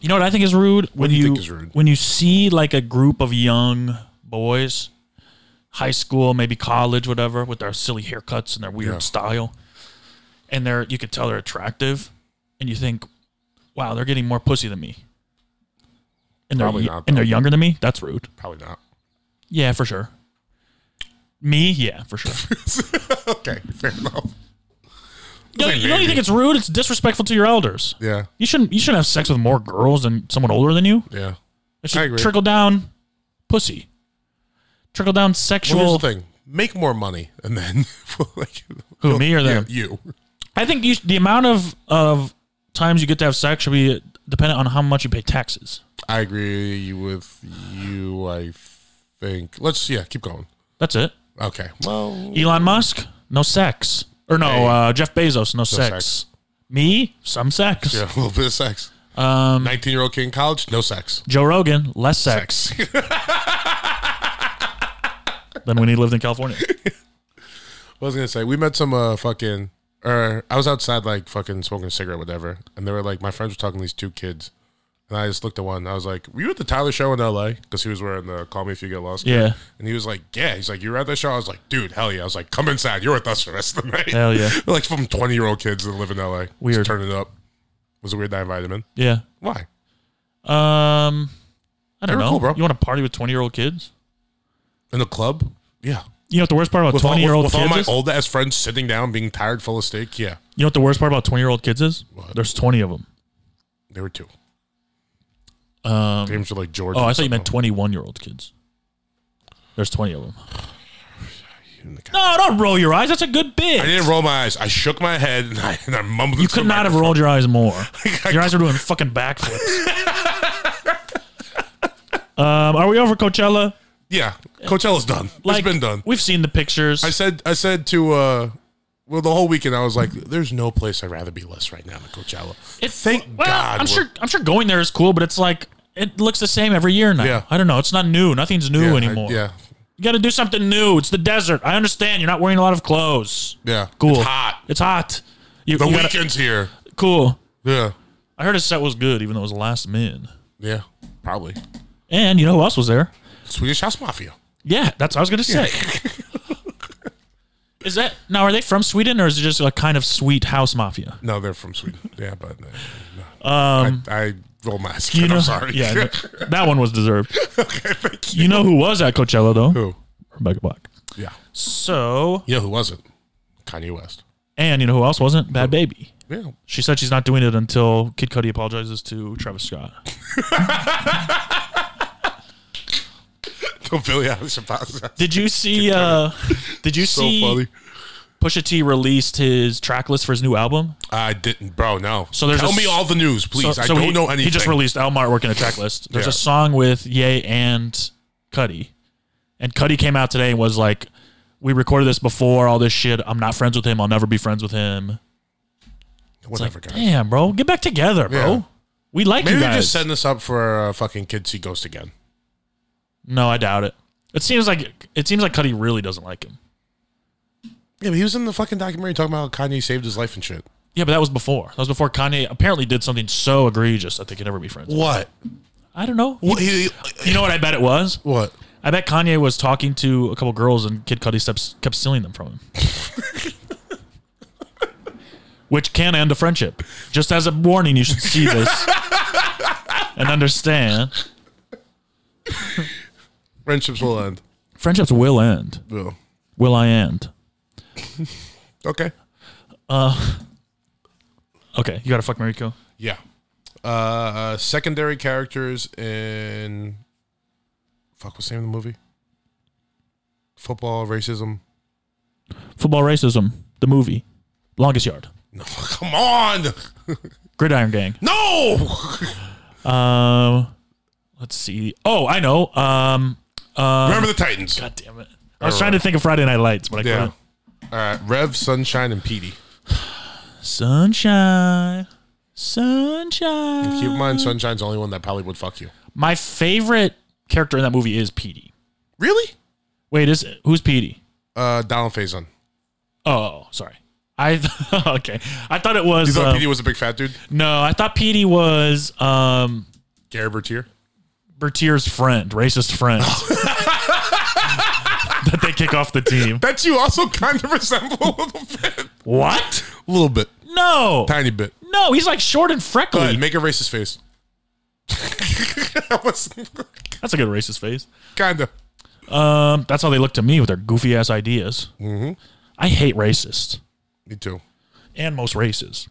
You know what I think is rude when
do you
you,
think is rude?
when you see like a group of young boys, high school, maybe college, whatever, with their silly haircuts and their weird
Yeah.
style, and they're you could tell they're attractive, and you think, wow, they're getting more pussy than me, and they're
Probably
y-
not,
and they're
though.
younger than me. That's rude.
Probably not. *laughs*
Yeah, for sure. Me, yeah,
*laughs*
for sure.
Okay, fair enough.
you, know,
Like,
you know you
maybe.
think it's rude? It's disrespectful to your elders.
Yeah,
You shouldn't. You shouldn't have sex with more girls than someone older than you.
yeah.
It
I
should
agree.
trickle down pussy. Trickle down
Well,
sexual.
here's the thing: make more money, and then *laughs* like,
Who, me or
yeah,
them?
you.
I think you, sh- the amount of, of times you get to have sex should be dependent on how much you pay taxes.
I agree with you. I think. Let's yeah, keep going.
That's it.
Okay. Well,
Elon Musk, no sex. Or no,
Hey.
uh, Jeff Bezos, no, sex.
sex.
Me, some sex.
yeah, a little bit of sex. Um, Nineteen-year-old kid in college, no sex.
Joe Rogan, less sex, *laughs*
Sex.
than when he lived in California.
I was gonna say we met some uh fucking or I was outside like fucking smoking a cigarette, whatever, and they were like my friends were talking to these two kids, and I just looked at one. and I was like, "Were you at the Tyler show in L.A.?" Because he was wearing the "Call Me If You Get Lost." gear.
Yeah.
and he was like, "Yeah." He's like, "You were at the show?" I was like, "Dude, hell yeah!" I was like, "Come inside. You're with us for the rest of the night."
Hell yeah.
*laughs* like from twenty year old kids that live in L.A.
Weird.
Just turn it up. Was it weird that I invited him in?
Yeah.
Why?
Um,
They
I don't
were
know.
cool, bro.
You want to party with 20 year old kids?
In the club? Yeah.
You know what the worst part about
With all,
20 year old
with
kids
all my
is?
old ass friends sitting down, being tired, full of steak. Yeah,
You know what the worst part about 20 year old kids is? There's 20 of them.
there were two. Um, Names were like George.
Oh,
and
I thought you meant
something.
21 year old kids. There's
*laughs*
20 of them. No, don't roll your eyes. That's a good bit.
I didn't roll my eyes. I shook my head and I, and I mumbled.
you
into
could
the
not have
microphone.
rolled your eyes more.
*laughs*
Your eyes are doing fucking backflips. um, are we over Coachella?
Yeah, Coachella's done.
Like,
it's been done.
We've seen the pictures.
I said. I said to. uh well, the whole weekend I was like, "There's no place I'd rather be less right now than Coachella."
It-
thank
well,
God. we're-
I'm sure. I'm sure going there is cool, but it's like it looks the same every year now.
Yeah.
I don't know. It's not new. Nothing's new
yeah, I-
anymore.
yeah,
You got to do something new. It's the desert. I understand. You're not wearing a lot of clothes.
yeah.
Cool.
It's hot.
It's hot. You,
The
you gotta-
weekend's here.
cool.
Yeah,
I heard his set was good, even though it was last min.
yeah. Probably
And you know who else was there?
Swedish House Mafia.
Yeah, that's what I was
*laughs*
gonna say. is that now? Are they from Sweden, or is it just a kind of sweet house mafia?
No, they're from Sweden. Yeah, but uh, no. um, I, I roll my eyes. again. I'm sorry. *laughs*
*laughs* Yeah, no, that one was deserved.
okay, thank you.
You know who was at Coachella though?
Who?
Rebecca Black.
Yeah.
So,
Yeah. Who wasn't? Kanye West.
and you know who else wasn't? Bad Baby.
*laughs* Yeah.
She said she's not doing it until Kid Cudi apologizes to Travis Scott.
Till Billy Eilish apologized.
Did you see? uh Did you
So
see?
funny.
Pusha T released his track list for his new album.
I didn't, bro. No.
So there's
tell
a-
me all the news, please. I don't
he,
know anything.
He just released album artwork and a track list. There's
Yeah.
a song with Ye and Cuddy. And Cuddy came out today and was like, We recorded this before all this shit. I'm not friends with him. I'll never be friends with him.
whatever, guys.
Damn, bro. Get back together, bro.
Yeah.
We like
Maybe
you
they
guys.
just send this up for uh, fucking kids see ghost again.
no, I doubt it. It seems like it seems like Cuddy really doesn't like him.
Yeah, but he was in the fucking documentary talking about how Kanye saved his life and shit.
Yeah, but that was before. That was before Kanye apparently did something so egregious that they could never be friends.
What?
I don't know.
What? He,
You know what I bet it was?
what?
I bet Kanye was talking to a couple girls and Kid Cudi steps, kept stealing them from him. Which can end a friendship. Just as a warning, you should
*laughs*
see this and understand.
Friendships will end.
Friendships will end.
Will.
Will I end?
Okay.
Okay, you gotta fuck Mariko.
Yeah. Uh, secondary characters in fuck what's the name of the movie? Football racism.
Football racism, the movie, longest yard,
No, *laughs* come on.
gridiron gang.
No. *laughs*
Um, let's see. Oh, I know. Um,
Remember the Titans.
God damn it! I was trying to think of Friday Night Lights, but I
Yeah.
couldn't.
All right. Rev, Sunshine, and Petey.
Sunshine, sunshine.
Keep in mind, Sunshine's the only one that probably would fuck you.
My favorite character in that movie is Petey.
Really?
Wait, is who's Petey?
Uh, Donald Faison.
Oh, sorry. I *laughs* okay. I thought it was
You thought
um,
Petey was a big fat dude?
no. I thought Petey was um
Gary Bertier.
Bertier's friend,
*laughs*
racist friend. that they kick off the team.
Bet you also kind of *laughs* resemble a little bit.
What?
A little bit.
No,
Tiny bit.
no. He's like short and
Go
freckly.
ahead, make a racist face. *laughs* That was-
That's a good racist face.
kinda.
Um, that's how they look to me with their goofy ass ideas. Mm-hmm. I hate racists
Me too.
and most races.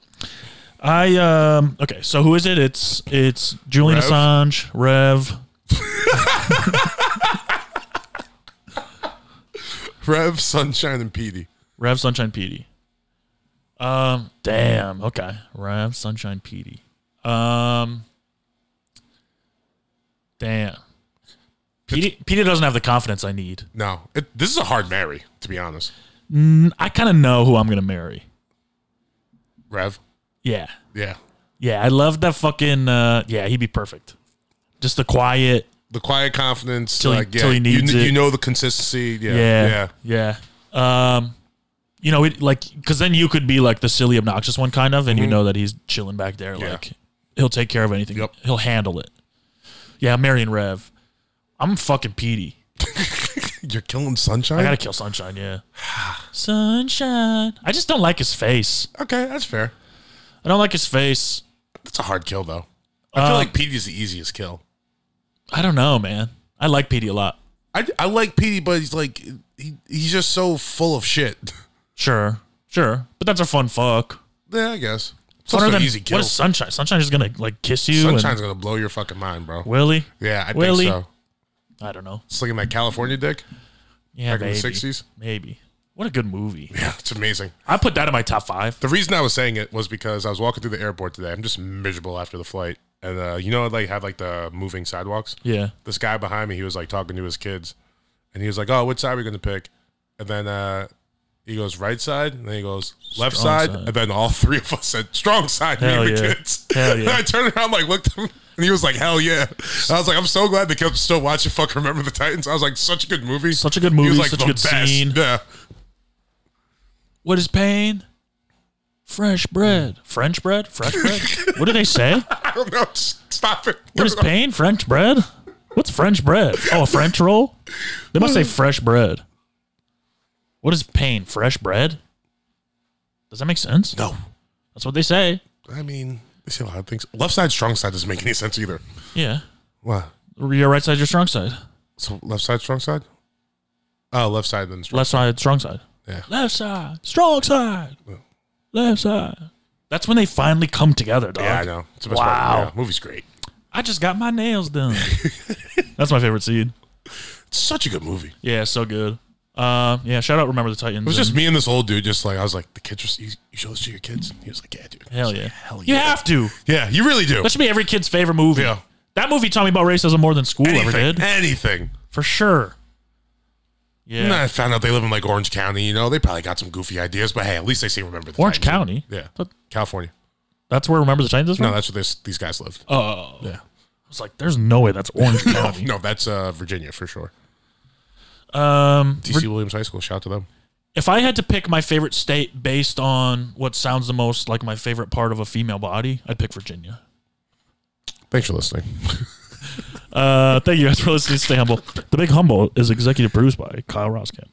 I um okay. So who is it? It's it's Julian
Rev.
Assange, Rev,
Rev, Sunshine, and Petey.
Rev Sunshine Petey. Um, damn. Okay, Rev Sunshine Petey. Um, damn. Petey, Petey doesn't have the confidence I need.
No, it, this is a hard marry, to be honest.
I kind of know who I'm gonna marry.
Rev,
Yeah.
yeah,
Yeah, I love that fucking. Uh, yeah, he'd be perfect. Just the quiet.
the quiet confidence.
Till he-
like, yeah,
till he needs
you, kn-
it.
you know the consistency. Yeah, yeah,
Yeah, yeah, Um, you know, it like because then you could be like the silly, obnoxious one, kind of, and you know that he's chilling back there.
Mm-hmm. Yeah.
Like he'll take care of anything.
Yep.
He'll handle it. Yeah, Marion Rev. I'm fucking Petey.
You're killing
I
Sunshine.
gotta kill Sunshine. Yeah, *sighs* Sunshine. I just don't like his face.
okay, that's fair.
I don't like his face.
That's a hard kill, though. I feel
Uh,
like Petey's the easiest kill.
I don't know, man. I like Petey a lot.
I, I like Petey, but he's like he, he's just so full of shit. *laughs*
Sure, sure, but that's a fun fuck.
yeah, I guess. It's
Funner
also
than
easy kill.
what is sunshine? Sunshine's just gonna like kiss you.
Sunshine's
and
gonna blow your fucking mind, bro.
Willie.
yeah, I
Willie?
think so.
I don't know.
Slinging that California dick
Yeah,
back in
maybe.
the '60s.
Maybe. What a good movie.
Yeah, it's amazing.
I put that in my top five.
The reason I was saying it was because I was walking through the airport today. I'm just miserable after the flight, and uh, you know, like have like the moving sidewalks.
Yeah.
This guy behind me, he was like talking to his kids, and he was like, "Oh, which side are we gonna pick?" And then uh, he goes right side, and then he goes left
Strong
side,
side.
and then all three of us said strong side.
Hell
me and the
yeah.
kids.
Hell yeah.
*laughs* And I turned around, like looked at him, and he was like, "Hell yeah!" And I was like, "I'm so glad they kept still watching." Fuck, remember the Titans? I was like, "Such a good movie,
Such a good
He was,
movie,
like,
such
the
a good scene.
Yeah, *laughs*
What is pain? Fresh bread. French bread? Fresh
*laughs*
bread? what do they say?
I don't know. Stop it.
What is pain? French bread? What's French bread? Oh, a French roll?
*laughs*
They must say fresh bread. What is pain? Fresh bread? Does that make sense?
No.
That's what they say.
I mean, they say a lot of things. Left side, strong side doesn't make any sense either.
Yeah.
What?
Your right side's your strong side.
So left side, strong side? Oh, left side, then strong.
Left side, strong side.
Yeah.
Left side, strong side. Left side. That's when they finally come together, dog.
Yeah, I know. It's the best
Wow.
part. Yeah, movie's great.
I just got my nails
*laughs*
done. That's my favorite scene.
It's such a good movie. It
Yeah, so good. Um, yeah, shout out Remember the Titans. It
was just me and this old dude, just like, I was like, the kids, just, you, you show this to your kids? He was like, yeah, dude. I was
Hell
like,
yeah.
Hell
You
yeah.
have to.
Yeah, you really do.
That should be every kid's favorite movie.
Yeah.
That movie taught me about racism more than school ever
Anything.
did.
Anything.
For sure. Yeah.
And then I found out they live in like Orange County, you know? They probably got some goofy ideas, but hey, at least they seem to remember the
Orange
Titans.
County.
Yeah.
But
California.
that's where Remember the Titans is from?
No, that's where this, these guys lived.
oh. Yeah. I was like, there's no way that's Orange County.
*laughs* No, that's uh, Virginia for sure.
Um,
DC Williams High School. Shout out to them.
if I had to pick my favorite state based on what sounds the most like my favorite part of a female body, I'd pick Virginia.
Thanks for listening. *laughs*
Uh, thank you guys for listening to Stay Humble. The Big Humble is executive produced by Kyle Roskamp.